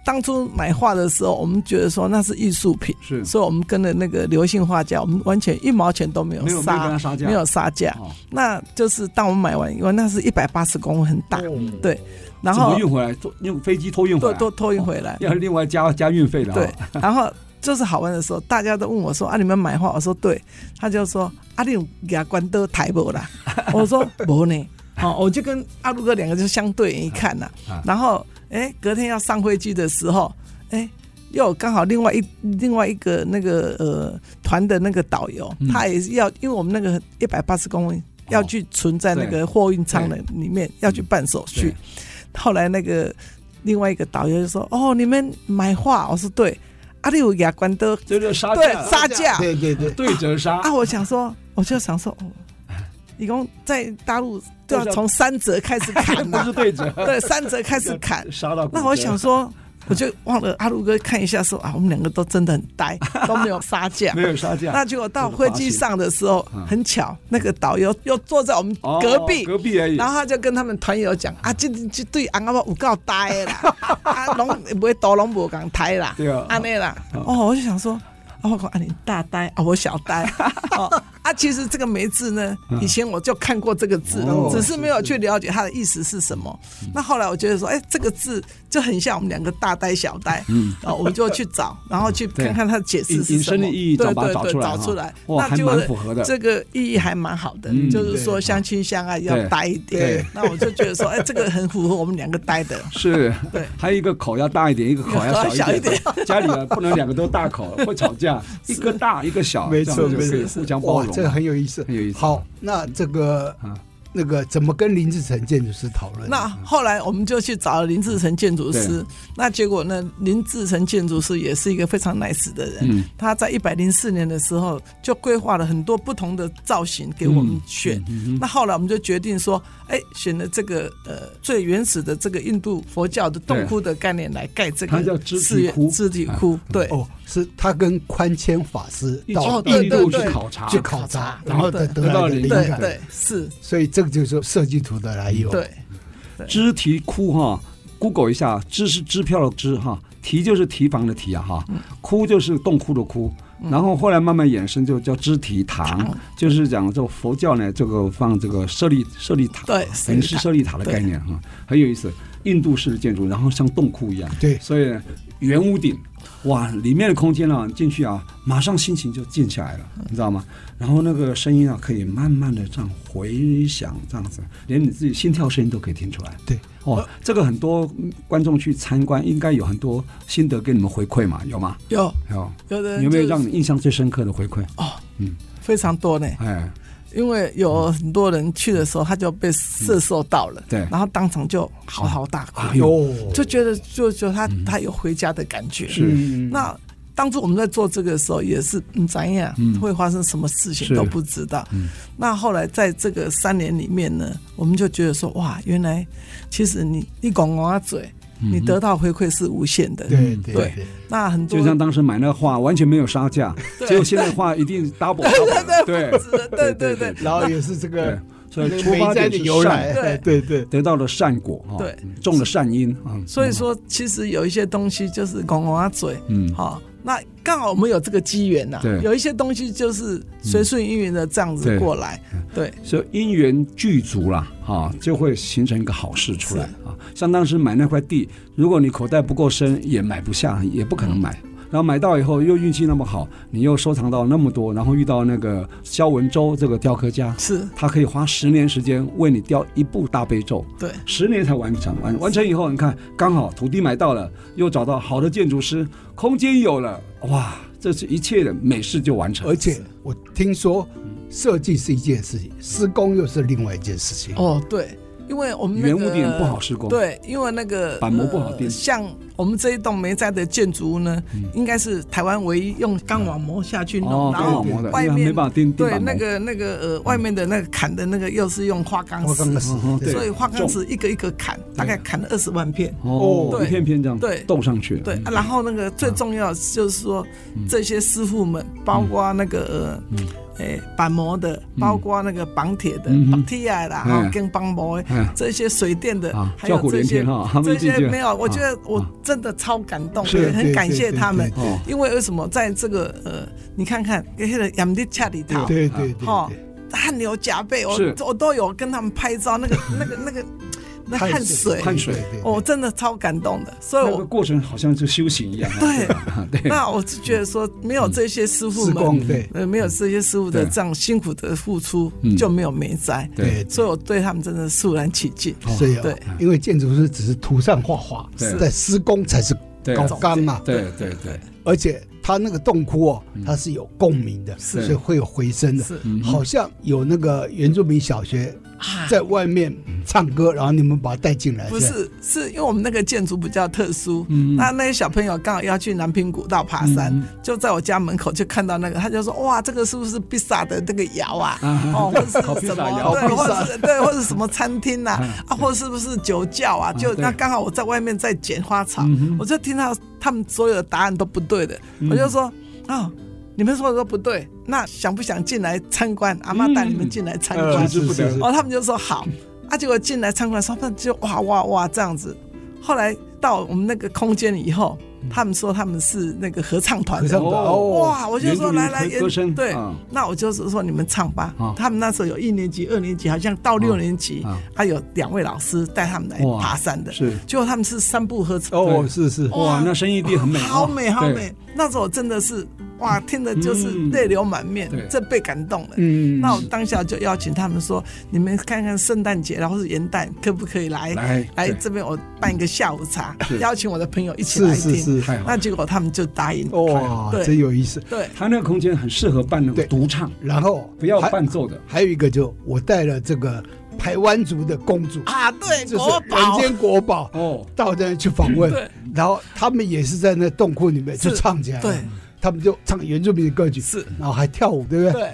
S3: 当初买画的时候，我们觉得说那是艺术品，
S1: 是
S3: 所以我们跟了那个流行画家，我们完全一毛钱都没有
S1: 没有没有跟
S3: 杀
S1: 他，杀价，
S3: 没有杀价。
S1: 哦，
S3: 那就是当我们买完以后，那是一百八十公分，很大，对。然
S1: 哦怎么
S3: 后
S1: 运回来？坐用飞机偷运回
S3: 多
S1: 来，
S3: 多托运回来，
S1: 要另外加加运费的，啊
S3: 对，。然后就是好玩的时候，大家都问我说：“啊，你们买画？”我说：“对。”他就说：“啊，你有牙关都抬不啦？” 我说：“不呢。”哦，我就跟阿鲁哥两个就相对眼一看呐、
S1: 啊
S3: 然后哎，隔天要上飞机的时候，哎。又刚好另外一另外一个那个呃团的那个导游，
S1: 嗯哦
S3: 他也是要，因为我们那个一百八十公分要去存在那个货运舱的里面，要去办手续
S1: 对。
S3: 后来那个另外一个导游就说：“哦，你们买画？”我说：“对。”啊，你有牙关都
S1: 这就杀
S3: 对
S1: 价，
S3: 杀价
S2: 对对对，
S1: 对折杀
S3: 啊！，我想说，我就想说，哦，一共在大陆就要从三折开始砍
S1: 不
S3: 了
S1: 是，对折，
S3: 对，三折开始砍
S1: 要。杀到骨折。
S3: 那我想说，我就忘了阿鲁哥看一下说啊，我们两个都真的很 呆，都没有杀价
S1: 没。有杀价，
S3: 那结果到飞机上的时候
S1: 嗯，
S3: 很巧，那个导游又坐在我们
S1: 哦
S3: 隔壁，
S1: 隔壁而已
S3: 然，后他就跟他们团友讲啊，这这对阿阿伯有够呆 的啦，啊，拢袂倒拢无共抬啦，
S1: 对啊
S3: 安尼啦，哦，我就想说，啊，我讲啊，你大呆啊，我小 呆，哦，啊，其实这个梅字呢，以前我就看过这个字
S1: 嗯哦，
S3: 只是没有去了解它的意思是什么。那后来我觉得说，哎，这个字就很像我们两个大呆小呆，嗯，哦，我们就去找，然后去
S1: 对
S3: 看看它的解释
S1: 引
S3: 是
S1: 引
S3: 什
S1: 申
S3: 么，
S1: 的意义
S3: 对
S1: 找把它
S3: 对
S1: 找
S3: 对
S1: 出来
S3: 找
S1: 哈
S3: 出来，
S1: 哇
S3: 那
S1: 还
S3: 结
S1: 蛮
S3: 果
S1: 符合的
S3: 这个意义还蛮好的
S1: 嗯，
S3: 就是说
S2: 对
S3: 相亲相爱
S1: 对
S3: 要呆一
S2: 对
S3: 点。那我就觉得说，哎，这个很符合我们两个呆的。
S1: 是，
S3: 对
S1: 还有一个口要大一点，一个口要小一点，家里呢不能两个都大口，会吵 架，一个大一个小，
S2: 没错
S1: 这样就可以
S2: 没
S1: 互相包
S2: 哇，
S1: 容。
S2: 这个很有意思，
S1: 很有意思
S2: 好，那这个
S1: 啊
S2: 那个怎么跟林志成建筑师讨论？
S3: 那后来我们就去找林志成建筑师
S1: 对，
S3: 那结果呢，林志成建筑师也是一个非常 nice 的
S1: 嗯
S3: 人。他在一百零四年的时候就规划了很多不同的造型给我
S1: 嗯
S3: 们选。那后来我们就决定说，哎，选了这个呃最原始的这个印度佛教的洞窟的概念来盖这
S1: 它叫
S3: 个
S1: 肢体
S3: 寺院
S1: 窟啊
S3: 肢体窟。对，
S2: 哦，是他跟宽谦法师
S1: 一
S2: 到
S1: 起一
S3: 哦对
S1: 路
S3: 对
S1: 去
S3: 对
S1: 考察，
S2: 去考察，
S3: 对
S2: 然后再得
S1: 得到
S2: 到的
S1: 灵
S2: 灵
S3: 对
S2: 感，
S3: 对是，
S2: 所以这个就是设计图的来由。
S3: 对。
S1: 支提窟哈，Google 一下，支是支票的支哈，提就是提防的提啊哈，窟就是洞窟的窟。然后后来慢慢衍生，就叫支提堂，就是讲这个佛教呢，这个放这个舍利舍利塔，
S3: 对
S1: 等于是舍
S3: 舍
S1: 利塔的概念哈，很有意思。印度式的建筑，然后像洞窟一样，
S2: 对
S1: 所以呢圆屋顶，哇，里面的空间啊，进去啊，马上心情就静下来了，你知道吗？然后那个声音啊，可以慢慢的这样回响，这样子，连你自己心跳声音都可以听出来。
S2: 对，
S3: 呃
S1: 哦，这个很多嗯观众去参观，应该有很多心得给你们回馈嘛，有吗？
S3: 有
S1: 有，
S3: 有的人
S1: 有没有
S3: 呃就是哦
S1: 让嗯你印象最深刻的回馈？
S3: 非常多呢，
S1: 哎，
S3: 因为有很多人去的时候，他就被射受到了，
S1: 嗯对
S3: 然后当场就嚎啕大哭，
S1: 哎呦，
S2: 哟，
S3: 就觉得就就他他有回家的感觉。
S1: 嗯是
S3: 那当初我们在做这个的时候，也是嗯，怎样会发生什么事
S1: 是嗯
S3: 情都不知道。那后来在这个三年里面呢，我们就觉得说，哇，原来其实你你拱拱啊嘴，
S1: 嗯
S3: 你得到回馈是无限的。
S2: 对对
S3: 对
S2: 对，
S3: 那很多
S1: 就像当时买那画完全没有杀价，
S3: 对
S1: 只有现在画一定 double，double 对
S3: 不止的
S1: 对
S3: 对对对
S2: 然后也是这个
S1: 对，所以
S2: 那个
S1: 出
S2: 美
S1: 发
S2: 哉
S1: 点
S2: 的
S1: 是
S2: 由来，
S1: 善，
S3: 对
S2: 对对，
S1: 得到了善果哈，
S3: 对
S1: 嗯种了善因啊，
S3: 所以说，其实有一些东西就是拱拱啊嘴，
S1: 嗯
S3: 好、那刚好我们有这个机缘呐、
S1: 对
S3: 有一些东西就是随顺应缘的这样
S1: 对
S3: 子过来，对，
S1: 所以因缘具足啦，啊，就会形成一个好事出来
S3: 嗯
S1: 啊。像当时买那块地，如果你口袋不够深，也买不下，也不可能买。然后买到以后又运气那么好，你又收藏到那么多，然后遇到那个萧文周这个雕刻家，
S3: 是
S1: 他可以花十年时间为你雕一部大悲咒，
S3: 对，
S1: 十年才完成完完成以后，你看刚好土地买到了，又找到好的建筑师，空间有了，哇，这是一切的美事就完成。
S2: 而且我听说
S1: 嗯
S2: 设计是一件事情，施工又是另外一件事情。
S3: 哦，对，因为我们那
S1: 原
S3: 个
S1: 物点不好施工，，
S3: 对，因为那个
S1: 板模不好定
S3: 呃像我们这一栋梅寨的建筑物呢，应该是台湾唯一用钢网膜下去弄，
S1: 哦，
S3: 然
S1: 跟
S3: 后
S1: 老模的，
S3: 外
S1: 因为它
S3: 面
S1: 没办法钉钉
S3: 对
S1: 板模
S3: 那个那个呃外面的那个砍的那个又是用花岗
S2: 我
S3: 石
S2: 刚，刚是
S1: 嗯对
S3: 所以花岗石一个一个砍，大概砍了二十万片。
S1: 哦，
S3: 对
S1: 一片片这样
S3: 对
S1: 斗上去，嗯
S3: 对，啊然后那个最重要的就是说，这些师傅们，包括那个呃，诶板模的，包括那个绑铁的
S1: 嗯、
S3: 绑铁的啦，
S1: 嗯
S3: 还有跟绑模的
S1: 嗯，
S3: 这些水电的
S1: 啊，
S3: 还
S1: 叫
S3: 有
S1: 苦
S3: 这
S1: 连
S3: 些
S1: 天哈他们
S3: 这
S1: 一进去
S3: 些没有，我
S1: 啊
S3: 觉得我
S1: 啊
S3: 真的超感动，
S2: 是
S3: 也很
S2: 对
S3: 感
S2: 对
S3: 谢
S2: 对
S3: 他们
S2: 对，
S1: 哦，
S3: 因为为什么在这个呃，你看看那个杨的恰里头。
S2: 对对对
S3: 哦
S2: 对，
S3: 汗流浃背，我
S1: 是
S3: 我都有跟他们拍照，那个那个那个那汗水，哦
S1: 汗水
S2: 对对对
S3: 我真的超感动的，所以
S1: 那个
S3: 我
S1: 过程好像就修行一样啊，
S3: 对
S1: 吧对，
S3: 那我是觉得说没有这些师傅
S2: 施
S3: 们，
S2: 工对
S3: 呃，没有这些师傅的
S1: 对
S3: 这样辛苦的付出
S1: 嗯，
S3: 就没有美哉，
S1: 对
S2: 对，哦
S3: 所以我对他们真的肃然起敬。
S2: 是啊呀
S3: 哦对，
S2: 因为建筑师只是图上画画，
S1: 对
S2: 但施工才是
S1: 对啊
S2: 高干嘛，
S1: 对嗯对对，
S2: 而且他那个洞窟哦，它是有共鸣的，所以会有回声的
S3: 是，
S1: 嗯
S2: 好像有那个原住民小学在外面唱歌，然后你们把他带进来，
S3: 啊不
S2: 吧
S3: 是，是因为我们那个建筑比较特殊，那那些小朋友刚好要去南平古道爬山，就在我家门口就看到那个，他就说哇，这个是不是披萨的那个窑啊？哦，或者是什么
S1: 窑
S3: 对，或者是对，或者什么餐厅 啊，啊，或者是不是酒窖啊？嗯就
S1: 对
S3: 那刚好我在外面在捡花草，我就听到他们所有的答案都不对的，我就说啊。你们说的都不对，那想不想进来参观？阿妈带你们进来参观，
S1: 呃是不得
S2: 是
S3: 哦，他们就说好，啊，结果进来参观的时候，他们就哇哇哇这样子。后来到我们那个空间以后，
S1: 嗯
S3: 他们说他们是那个合唱团
S2: 合
S3: 的
S2: 唱。团哦，
S3: 哇！我就说来来，
S1: 原住民歌歌声
S3: 对
S1: 啊，
S3: 那我就是说你们唱吧
S1: 啊。
S3: 他们那时候有一年级、二年级，好像到六年级
S1: 啊啊，
S3: 还有两位老师带他们来
S1: 哇
S3: 爬山的。
S1: 是
S3: 结果他们是三部合唱。
S2: 哦，是是，
S1: 哇，那声音一定很美，哦
S3: 好美好
S1: 对
S3: 美！那时候我真的是哇，听的就是
S1: 嗯
S3: 泪流满面
S1: 对，
S3: 这被感动了。
S2: 嗯，
S3: 那我当下就邀请他们说，你们看看圣诞节，然后是元旦，可不可以来
S1: 来
S3: 来
S1: 对
S3: 这边我办一个下午茶
S1: 是，
S3: 邀请我的朋友一起
S2: 是
S3: 来
S2: 是
S3: 听。
S2: 是，哦
S1: 太好了。
S3: 那结果他们就答应。
S2: 哇，
S3: 哦对
S2: 真有意思。
S3: 对，
S1: 他那个空间很适合办那个
S2: 对
S1: 独唱，
S2: 然后
S1: 不要
S2: 还
S1: 伴奏的，
S2: 还有一个就我带了这个台湾族的公主，
S3: 啊，对，
S2: 就是
S3: 国
S2: 人
S3: 宝
S2: 间国宝
S1: 哦
S2: 到那里去访问
S3: 对，
S2: 然后他们也是在那洞窟里面
S3: 是
S2: 就唱起来，
S3: 对，
S2: 他们就唱原住民的歌曲，
S3: 是，
S2: 然后还跳舞，对不 对？
S3: 对，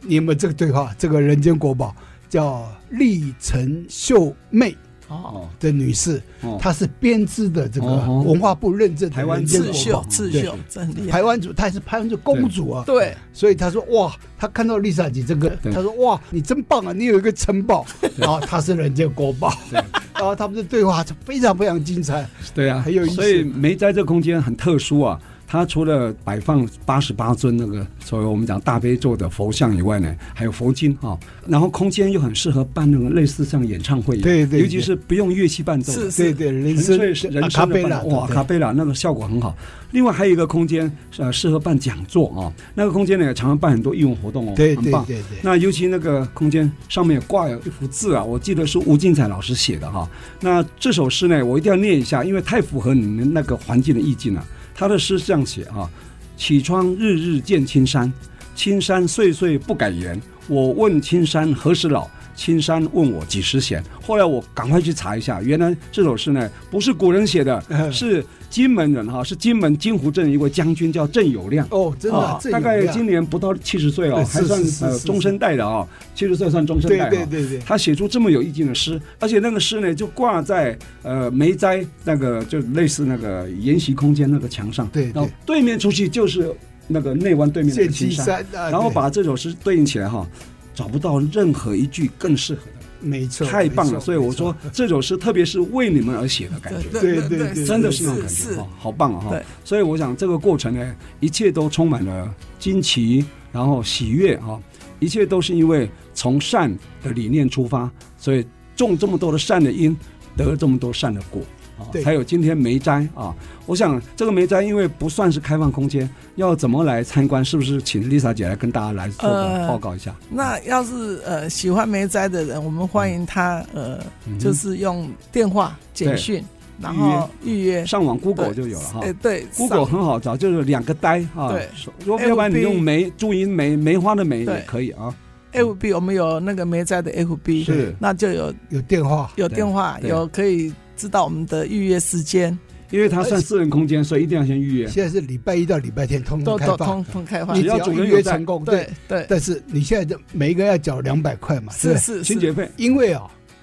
S2: 你们这个对话，这个人间国宝叫丽城秀妹
S3: 哦，
S1: 哦，
S2: 的女士
S1: 哦，
S2: 她是编织的这个
S1: 哦哦
S2: 文化部认证的
S1: 台湾
S2: 人间
S3: 刺
S2: 国
S3: 绣
S2: 宝，，
S3: 刺
S2: 对
S3: 绣，这很厉害。
S2: 台湾族，她是台湾族公主啊，
S3: 对，
S2: 所以他说哇，他看到丽莎姐这个，
S1: 对
S2: 他说哇，你真棒啊，你有一个城堡，然后他是人间国宝，然后他们的对话就非常非常精彩，
S1: 对啊，
S2: 很有意思
S1: 所以梅斋这空间很特殊啊。它除了摆放八十八尊那个所谓我们讲大悲咒的佛像以外呢，还有佛经啊、然后空间又很适合办那种类似像演唱会一样，
S2: 对对
S1: 尤其是不用乐器伴奏的，
S3: 是
S2: 对对，人
S1: 纯
S2: 生啊
S1: 粹是人
S2: 阿卡
S1: 声的
S2: 贝
S1: 伴
S2: 拉，
S1: 奏哇，阿
S2: 对
S1: 卡贝拉那个效果很好。另外还有一个空间，呃，适合办讲座啊、那个空间呢，常常办很多义文活动哦，
S2: 对
S1: 很
S2: 对
S1: 棒。
S2: 对对，
S1: 那尤其那个空间上面挂有一幅字啊，我记得是吴金彩老师写的哈。那这首诗呢，我一定要念一下，因为太符合你们那个环境的意境了、他的诗是这样写啊：起窗日日见青山，青山岁岁不改颜。我问青山何时老，青山问我几时闲。后来我赶快去查一下，原来这首诗呢不是古人写的，是金门人哈，是金门金湖镇一位将军叫郑友谅。
S2: 哦，真的啊
S1: 啊，
S2: 这
S1: 大概
S2: 有
S1: 今
S2: 量
S1: 年不到七十岁哦，
S2: 呃
S1: 还
S2: 是
S1: 算
S2: 是是
S1: 呃
S2: 是
S1: 中生代的啊，七十岁算中生代
S2: 对
S1: 啊。
S2: 对对对，
S1: 他写出这么有意境的诗，而且那个诗呢，就挂在呃梅斋那个就类似那个研习空间那个墙上，
S2: 对对
S1: 然后对面出去就是那个内湾对面的
S2: 剑
S1: 青
S2: 七
S1: 山，
S2: 山啊，
S1: 然后
S2: 对
S1: 把这首诗对应起来哈，找不到任何一句更适合的，
S2: 没错，
S1: 太棒
S2: 没
S1: 了！
S2: 错
S1: 所以我说这首诗特别是为你们而写的感觉。
S3: 对
S2: 对对
S3: 对
S2: 对
S1: 真的是那种
S3: 是
S1: 感觉，
S3: 是
S1: 哦，好棒啊、哈
S3: 对！
S1: 所以我想这个过程呢，一切都充满了惊奇，然后喜悦啊、一切都是因为从善的理念出发，所以种这么多的善的因，得这么多善的果。啊
S2: 对
S1: 才有今天梅斋啊。我想这个梅斋因为不算是开放空间，要怎么来参观？是不是请 Lisa 姐来跟大家来做个
S3: 呃
S1: 报告一下？
S3: 那要是呃喜欢梅斋的人，我们欢迎他呃，
S2: 嗯
S3: 就是用电话、简讯，然后预约。
S1: 上网
S3: 对
S1: Google 就有了哈。
S3: 哎，对
S1: Google
S3: 上
S1: 很好找，就是两个呆啊。
S3: 对
S1: 如果要不然你
S3: FB
S1: 用梅注音梅梅花的梅
S3: 对
S1: 也可以啊。
S3: FB 我们有那个梅斋的 FB，
S1: 是
S3: 那就有
S2: 有电话，
S3: 有电话，
S1: 对对
S3: 有可以知道我们的预约时间，
S1: 因为它算私人空间，所以一定要先预约。
S2: 现在是礼拜一到礼拜天通通嗯
S3: 都
S2: 开
S3: 都
S2: 放
S3: 通，通开放
S2: 你。
S1: 只要主
S2: 预
S1: 人有
S2: 约
S1: 在
S2: 成功，对
S3: 对。对，
S2: 但是你现在就每一个要缴两百块嘛，对
S3: 是
S2: 不对，
S3: 是
S1: 清洁
S3: 是，
S1: 费
S2: 因为啊，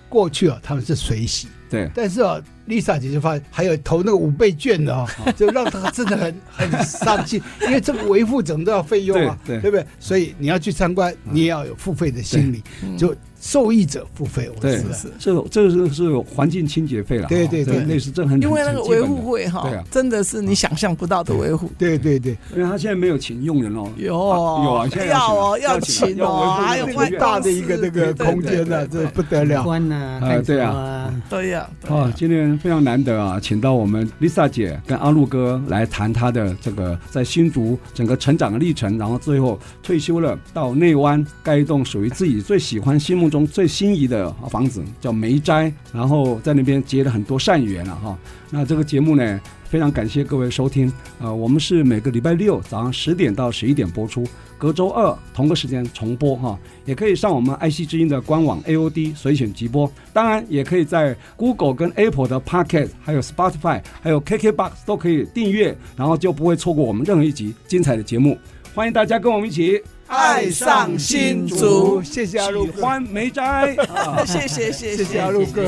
S2: 过去啊他们是水洗，
S1: 对
S2: 但是啊，Lisa 姐就发现还有投那个五倍 券的啊，就让她真的很很伤心，因为这个维护整个都要费用啊，
S1: 对对嗯
S2: 对不对？所以你要去参观，你也要有付费的心理，就受益者付费，我
S1: 对
S2: 知道。
S3: 嗯是
S1: 这这是是环境清洁费了哈。
S2: 对对对
S1: 这类似这很
S3: 因为那
S1: 很
S3: 个
S1: 基
S3: 维
S1: 本的
S3: 护费哈
S1: 对啊，
S3: 真的是你想象不到的维护。
S2: 对对对，
S1: 因为他现在没有请佣人哦，
S3: 有
S1: 啊有啊，现在
S3: 要哦，
S1: 要
S3: 请
S1: 请
S3: 哦，还有
S1: 要维护
S3: 外
S1: 这个
S2: 大的一个那个空间呢、
S3: 对对对
S2: 这
S3: 对
S2: 不得了。
S4: 关啊，
S1: 呃
S4: 干什
S1: 对
S4: 么
S1: 啊
S4: 啊，
S3: 对呀，对呀
S1: 哦，今天非常难得啊，请到我们 Lisa 姐跟阿路哥来谈他的这个在新竹整个成长的历程，然后最后退休了，到内湾盖一栋属于自己最喜欢、心目中最心仪的房子，叫梅斋，然后在那边结了很多善缘了、啊哈、那这个节目呢，非常感谢各位收听，呃，我们是每个礼拜六早上十点到十一点播出，隔周二同个时间重播哈、也可以上我们爱惜之音的官网 AOD 随选直播，当然也可以在 Google 跟 Apple 的 Pocket，还有 Spotify，还有 KKBox 都可以订阅，然后就不会错过我们任何一集精彩的节目。欢迎大家跟我们一起
S3: 爱上新竹，
S2: 谢谢阿
S1: 喜
S2: 陆哥，
S1: 欢梅斋。啊
S3: 谢谢谢
S2: 谢谢阿陆哥，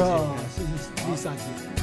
S2: 谢谢丽莎姐。